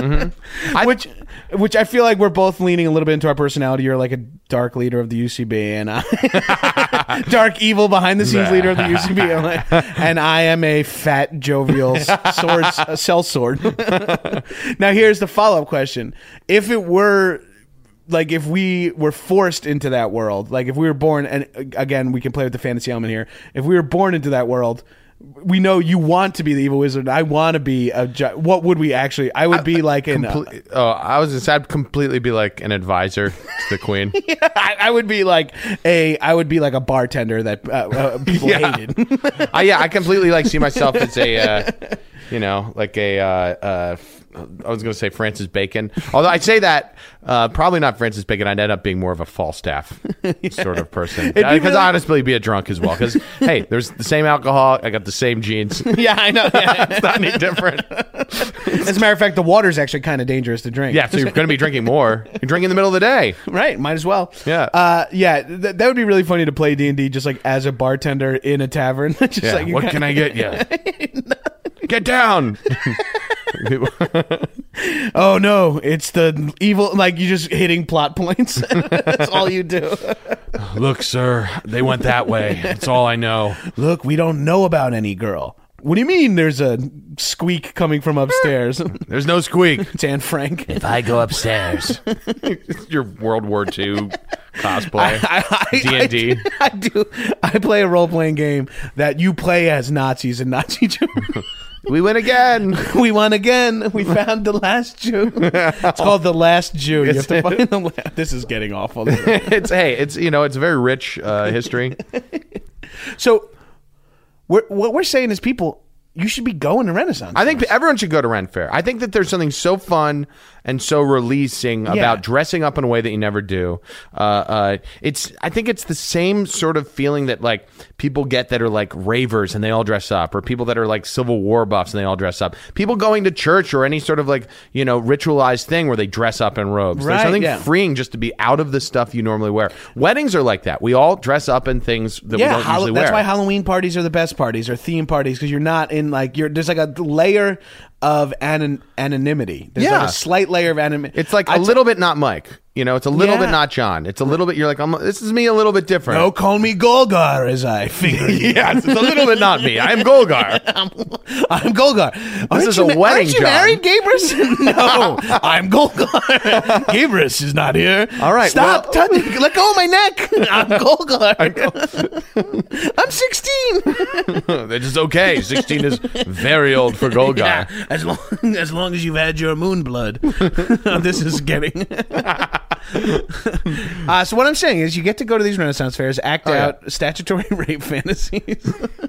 S4: scumbag. *laughs*
S2: I-
S4: which which I feel like we're both leaning a little bit into our personality. You're like a dark leader of the UCB, and
S2: *laughs*
S4: I, *laughs* dark evil behind the scenes leader of *laughs* the UCB, and I- and I am a fat jovial s- sword cell sword. *laughs* now here's the follow up question: If it were like if we were forced into that world, like if we were born, and uh, again we can play with the fantasy element here. If we were born into that world. We know you want to be the evil wizard. I want to be a. Ju- what would we actually? I would be like an. uh,
S2: Comple- oh, I was just, I'd completely be like an advisor to the queen.
S4: *laughs*
S2: *laughs*
S4: I, I would be like a I would be like a bartender that uh, uh, people
S2: Yeah.
S4: hated. *laughs*
S2: I, yeah, I completely like see myself as a, uh, you know, like a. Uh, uh, I was going to say Francis Bacon, although I say that uh, probably not Francis Bacon. I'd end up being more of a Falstaff
S4: *laughs*
S2: sort of
S4: be
S2: person because
S4: really-
S2: I honestly be a drunk as well. Because hey, there's the same alcohol. I got the same genes.
S4: *laughs* yeah, I know.
S2: it's not any different.
S4: As a matter of fact, the water's actually kind of dangerous to drink.
S2: *laughs* Yeah, so you're going to be drinking more. You're drinking in the middle of the day.
S4: right. Might as well.
S2: Yeah.
S4: uh, yeah. Th- that would be really funny to play D and D just like as a bartender in a tavern. *laughs* just
S2: Yeah.
S4: like you
S2: what
S4: kinda-
S2: can I get you? get down.
S4: *laughs* Oh no, it's the evil. Like you just hitting plot points. *laughs* That's all you do. *laughs*
S2: Look, sir, they went that way. That's all I know.
S4: Look, we don't know about any girl. What do you mean? There's a squeak coming from *laughs* upstairs.
S2: There's no squeak.
S4: it's Anne Frank. *laughs*
S2: If I go upstairs, *laughs* your World War II cosplay,
S4: I
S2: D&D.
S4: do- *laughs* I do. I play a role playing game that you play as Nazis and Nazi *laughs* Germany.
S2: *laughs* we win again.
S4: *laughs* we won again. We found the last Jew. It's called the last Jew. You have to find
S2: *laughs*
S4: the last. This is getting awful.
S2: *laughs* It's hey, it's you know, it's a very rich uh, history.
S4: so, we're, what we're saying is, people, you should be going to Renaissance.
S2: I think everyone should go to Ren Fair. I think that there's something so fun and so releasing about dressing up in a way that you never do. Uh, uh, it's I think it's the same sort of feeling that like people get that are like ravers and they all dress up, or people that are like Civil War buffs and they all dress up. People going to church or any sort of like you know ritualized thing where they dress up in robes.
S4: Right,
S2: There's something
S4: yeah.
S2: freeing just to be out of the stuff you normally wear. Weddings are like that. We all dress up in things that we
S4: yeah,
S2: don't
S4: Hall-
S2: usually
S4: that's
S2: wear.
S4: why Halloween parties are the best parties or theme parties because you're not in like you're there's like a layer of anon- anonymity. There's like
S2: Yeah.
S4: a slight layer of anonymity.
S2: It's like
S4: a
S2: a little bit not Mike. You know, it's a little
S4: Yeah.
S2: bit not John. It's a little bit. You're like, I'm, this is me a little bit different.
S4: No, call me Golgar as
S2: *laughs*
S4: I finger you.
S2: yes, *laughs* it's a little bit not me. I
S4: *laughs*
S2: am Golgar. *laughs*
S4: I'm, I'm Golgar. Aren't
S2: is
S4: you
S2: a
S4: ma-
S2: wedding,
S4: aren't you
S2: John.
S4: married, Gabrus? *laughs* no, I'm *laughs* Golgar. Gabrus is not here.
S2: All right,
S4: Stop.
S2: well-
S4: touching- *laughs* let go of my neck. I'm Golgar. *laughs* I'm 16.
S2: It's just okay. Sixteen is very old for Golgar.
S4: as long *laughs* as long as you've had your moon blood, *laughs* this is getting. *laughs* uh, so what I'm saying is, you get to go to these Renaissance fairs, act
S2: yeah.
S4: out statutory *laughs* rape fantasies.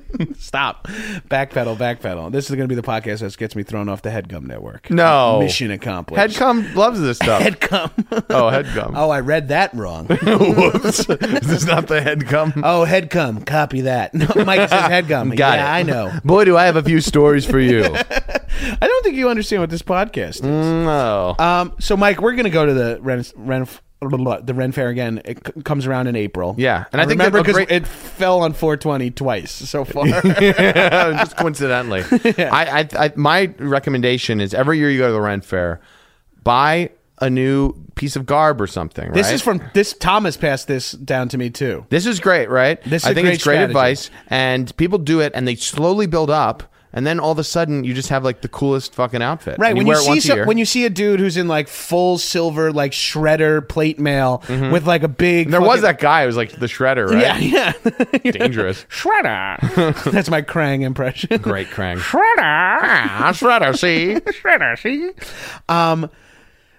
S4: *laughs* Stop, backpedal, backpedal. This is going to be the podcast that gets me thrown off the Headgum Network.
S2: No.
S4: mission accomplished.
S2: Headcom loves this stuff.
S4: Headgum.
S2: *laughs* oh, Headcom.
S4: *laughs* oh, I read that *laughs* wrong.
S2: *laughs* Whoops. Is this not the Headcom?
S4: Oh, Headgum. Copy that. *laughs* No, Mike says Headgum.
S2: Got
S4: Oh, yeah,
S2: it.
S4: I know.
S2: *laughs* Boy, do I have a few stories for
S4: *laughs*
S2: you. *laughs*
S4: I don't think you understand what this podcast is. *laughs*
S2: no. *laughs*
S4: Um, so Mike, we're gonna go to the Ren, Ren blah, blah, blah, the Ren Fair again. It c- comes around in April.
S2: Yeah, and I think
S4: remember
S2: that a
S4: because
S2: great-
S4: it fell on 420 twice
S2: *laughs*
S4: so far. *laughs*
S2: just coincidentally. I, I, I, my recommendation is every year you go to the Rent Fair, buy a new piece of garb or something. Right?
S4: This is from this Thomas passed this down to me too.
S2: This is great, right?
S4: This is
S2: I
S4: a
S2: think
S4: great
S2: it's great
S4: strategy.
S2: advice, and people do it, and they slowly build up, and then all of a sudden, you just have like the coolest fucking outfit.
S4: Right
S2: And
S4: when
S2: wear
S4: you
S2: it
S4: see
S2: once a
S4: some-
S2: year.
S4: when you see a dude who's in like full silver like shredder plate mail with like a big
S2: Mm-hmm. there was
S4: fucking-
S2: that guy who was like the shredder, right?
S4: yeah yeah *laughs*
S2: *laughs* Dangerous.
S4: shredder that's my Krang impression
S2: Great
S4: *laughs*
S2: Krang. Shredder. shredder, see? Shredder, see?
S4: Um,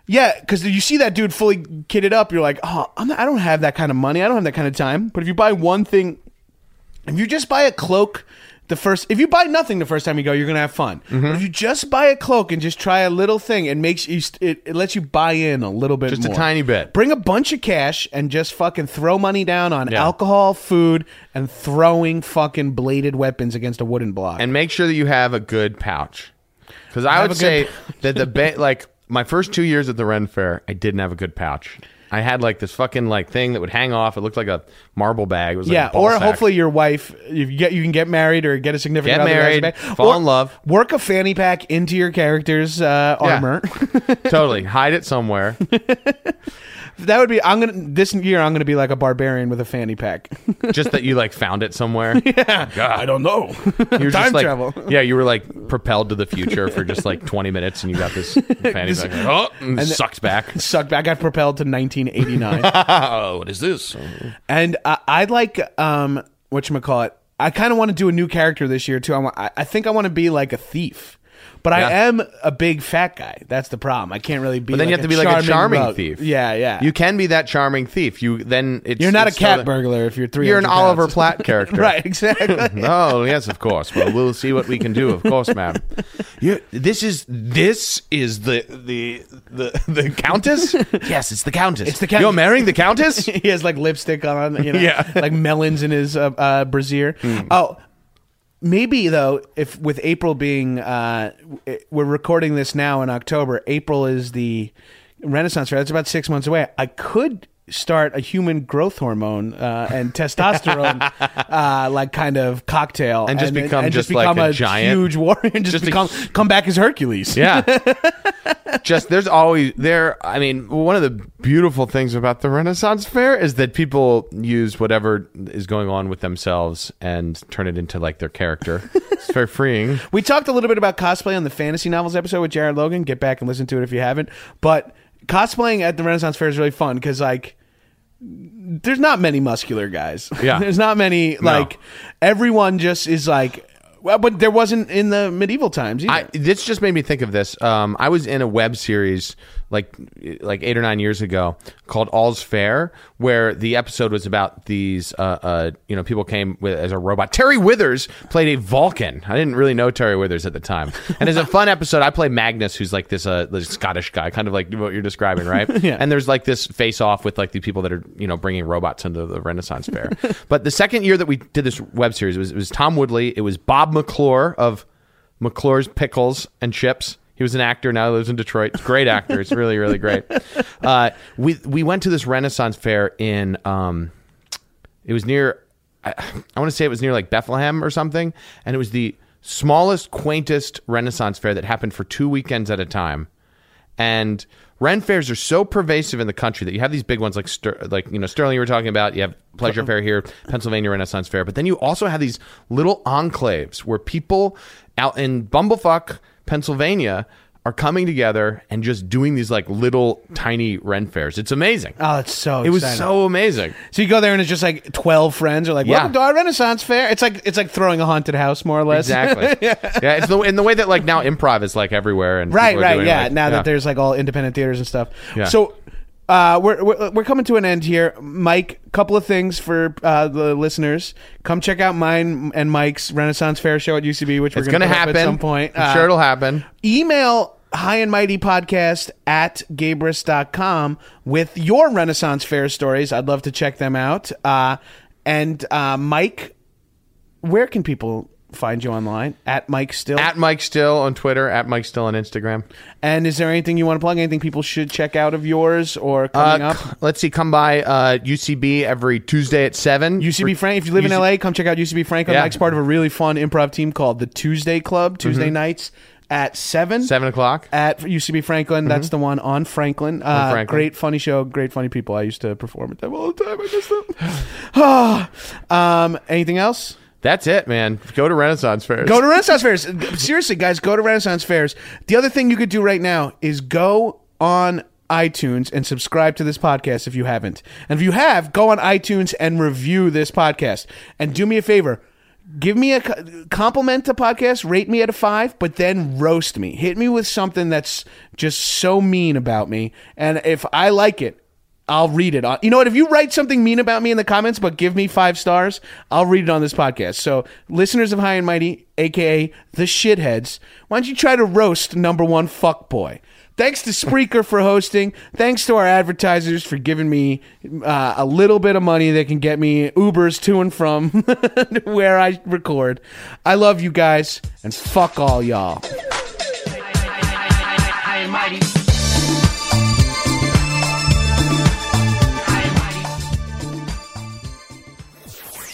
S4: yeah, because you see that dude fully kitted up, you're like, oh, I'm not, I don't have that kind of money. I don't have that kind of time. But if you buy one thing, if you just buy a cloak, the first, if you buy nothing the first time you go, you're gonna have fun.
S2: Mm-hmm.
S4: But if you just buy a cloak and just try a little thing, it makes you, st- it, it lets you buy in a little bit,
S2: Just a
S4: more.
S2: tiny bit.
S4: Bring a bunch of cash and just fucking throw money down on
S2: Yeah.
S4: alcohol, food, and throwing fucking bladed weapons against a wooden block.
S2: And make sure that you have a good pouch. Because I
S4: Have a
S2: would
S4: good
S2: say that the, ba- like, my first two years at the Ren Fair, I didn't have a good pouch. I had like this fucking like thing that would hang off. It looked like a marble bag. It was like
S4: yeah,
S2: a ball
S4: or
S2: sack.
S4: hopefully your wife, you get you can get married or get a significant
S2: Get
S4: other. who has a
S2: married,
S4: bag.
S2: fall
S4: Or
S2: in love.
S4: Work a fanny pack into your character's uh,
S2: Yeah.
S4: armor.
S2: *laughs*
S4: *laughs*
S2: totally hide it somewhere.
S4: that would be. I'm gonna this year. I'm gonna be like a barbarian with a fanny pack. *laughs*
S2: just that you like found it somewhere. Yeah,
S4: I don't know.
S2: you were
S4: Time
S2: just, like,
S4: travel.
S2: *laughs* Yeah, you were like propelled to the future for just like 20 minutes, and you got this fanny
S4: *laughs* This-
S2: pack.
S4: *laughs*
S2: Oh, and it sucks back.
S4: Sucked. I got propelled to
S2: *laughs*
S4: 1989,
S2: oh, what is this?
S4: and uh, I'd like um, what you call it. I kind of want to do a new character this year too. I want. I I think I want to be like a thief. But I
S2: Yeah.
S4: am a big fat guy. That's the problem. I can't really be.
S2: But then you
S4: like
S2: have to be like a charming
S4: rogue.
S2: thief.
S4: Yeah, yeah.
S2: You can be that charming thief. You then it's,
S4: You're not a
S2: it's
S4: cat
S2: a-
S4: burglar if you're three.
S2: You're an Oliver
S4: *laughs*
S2: Platt character,
S4: right? Exactly. *laughs*
S2: *laughs* Oh yes, of course. Well, we'll see what we can do, of course, ma'am. You, this is this is the the the the
S4: *laughs*
S2: countess. yes, it's the countess.
S4: It's the count-
S2: You're marrying
S4: *laughs*
S2: the countess.
S4: he has like lipstick on, you know,
S2: Yeah. Hmm.
S4: like melons in his uh, uh, brassiere. Oh, maybe though, if with April being, uh, w- we're recording this now in October. April is the Renaissance Fair. That's about six months away. I could start a human growth hormone uh,
S2: *laughs*
S4: and testosterone uh, like kind of cocktail
S2: And just become just like a giant-
S4: huge warrior and just,
S2: just a-
S4: become come back as *laughs* hercules
S2: Yeah. Just there's always there. I mean, one of the beautiful things about the Renaissance Fair is that people use whatever is going on with themselves and turn it into like their character. It's very freeing.
S4: We talked a little bit about cosplay on the fantasy novels episode with Jared Logan. Get back and listen to it if you haven't. But cosplaying at the Renaissance Fair is really fun because like. There's not many muscular guys.
S2: *laughs* Yeah.
S4: There's not many like everyone just is like well, but there wasn't in the medieval times either.
S2: I, this just made me think of this. Um, I was in a web series like like eight or nine years ago called All's Fair, where the episode was about these uh, uh, you know people came with, as a robot. Terry Withers played a Vulcan. I didn't really know Terry Withers at the time, and it's a fun episode. I play Magnus, who's like this uh, this Scottish guy, kind of like what you're describing, right?
S4: *laughs* Yeah.
S2: And there's like this face off with like the people that are you know bringing robots into the Renaissance
S4: *laughs*
S2: Fair. but the second year that we did this web series it was it was Tom Woodley, it was Bob McClure of McClure's Pickles and Chips. He was an actor. Now he lives in Detroit. Great actor. It's really, really great. Uh, we we went to this Renaissance fair in um, it was near I, I want to say it was near like Bethlehem or something, and it was the smallest, quaintest Renaissance fair that happened for two weekends at a time. And Ren fairs are so pervasive in the country that you have these big ones like Ster- like you know Sterling you were talking about. You have Pleasure Fair here, Pennsylvania Renaissance Fair, but then you also have these little enclaves where people out in Bumblefuck, Pennsylvania, are coming together and just doing these like little tiny Ren fairs. It's amazing.
S4: oh, it's so
S2: it was
S4: exciting.
S2: so amazing.
S4: So you go there and it's just like twelve friends are like,
S2: Yeah.
S4: Welcome to our Renaissance fair. It's like it's like throwing a haunted house more or less. *laughs*
S2: Exactly. yeah. it's the in the way that like now improv is like everywhere and
S4: right,
S2: people are
S4: right,
S2: doing,
S4: yeah.
S2: like-
S4: now that there's like all independent theaters and stuff.
S2: Yeah.
S4: So uh, we're, we're we're coming to an end here, Mike. Couple of things for uh, the listeners: come check out mine and Mike's Renaissance Fair show at UCB, which
S2: it's
S4: we're going to
S2: happen
S4: at some point.
S2: I'm
S4: Uh,
S2: sure it'll happen.
S4: email high and mighty podcast at gabris.com with your renaissance fair stories i'd love to check them out uh, and uh, mike where can people find you online at mike still
S2: At Mike Still on Twitter, at Mike Still on Instagram.
S4: And is there anything you want to plug? Anything people should check out of yours or coming
S2: Uh,
S4: up?
S2: c- let's see. Come by uh, UCB every Tuesday at seven.
S4: UCB Frank. If you live in
S2: UC
S4: LA, come check out UCB Frank.
S2: Yeah. Mm-hmm.
S4: Mike's part of a really fun improv team called the Tuesday Club. Tuesday nights at seven.
S2: seven o'clock.
S4: At UCB Franklin, that's the one on Franklin. Uh,
S2: Franklin.
S4: Great funny show, great funny people. I used to perform at them all the time. I miss them. *sighs* Ah. um, anything else?
S2: That's it, man. Go to Renaissance Fair.
S4: Go to Renaissance fairs. Seriously, guys, go to Renaissance fairs. The other thing you could do right now is go on iTunes and subscribe to this podcast if you haven't. And if you have, go on iTunes and review this podcast. And do me a favor. Give me a co- compliment to podcast, rate me at a five, but then roast me. Hit me with something that's just so mean about me. And if I like it, I'll read it on. You know what? If you write something mean about me in the comments, but give me five stars, I'll read it on this podcast. So, listeners of High and Mighty, aka the shitheads, why don't you try to roast number one fuckboy? Thanks to Spreaker for hosting. Thanks to our advertisers for giving me uh, a little bit of money that can get me Ubers to and from *laughs* where I record. I love you guys, and fuck all y'all.
S5: High and mighty.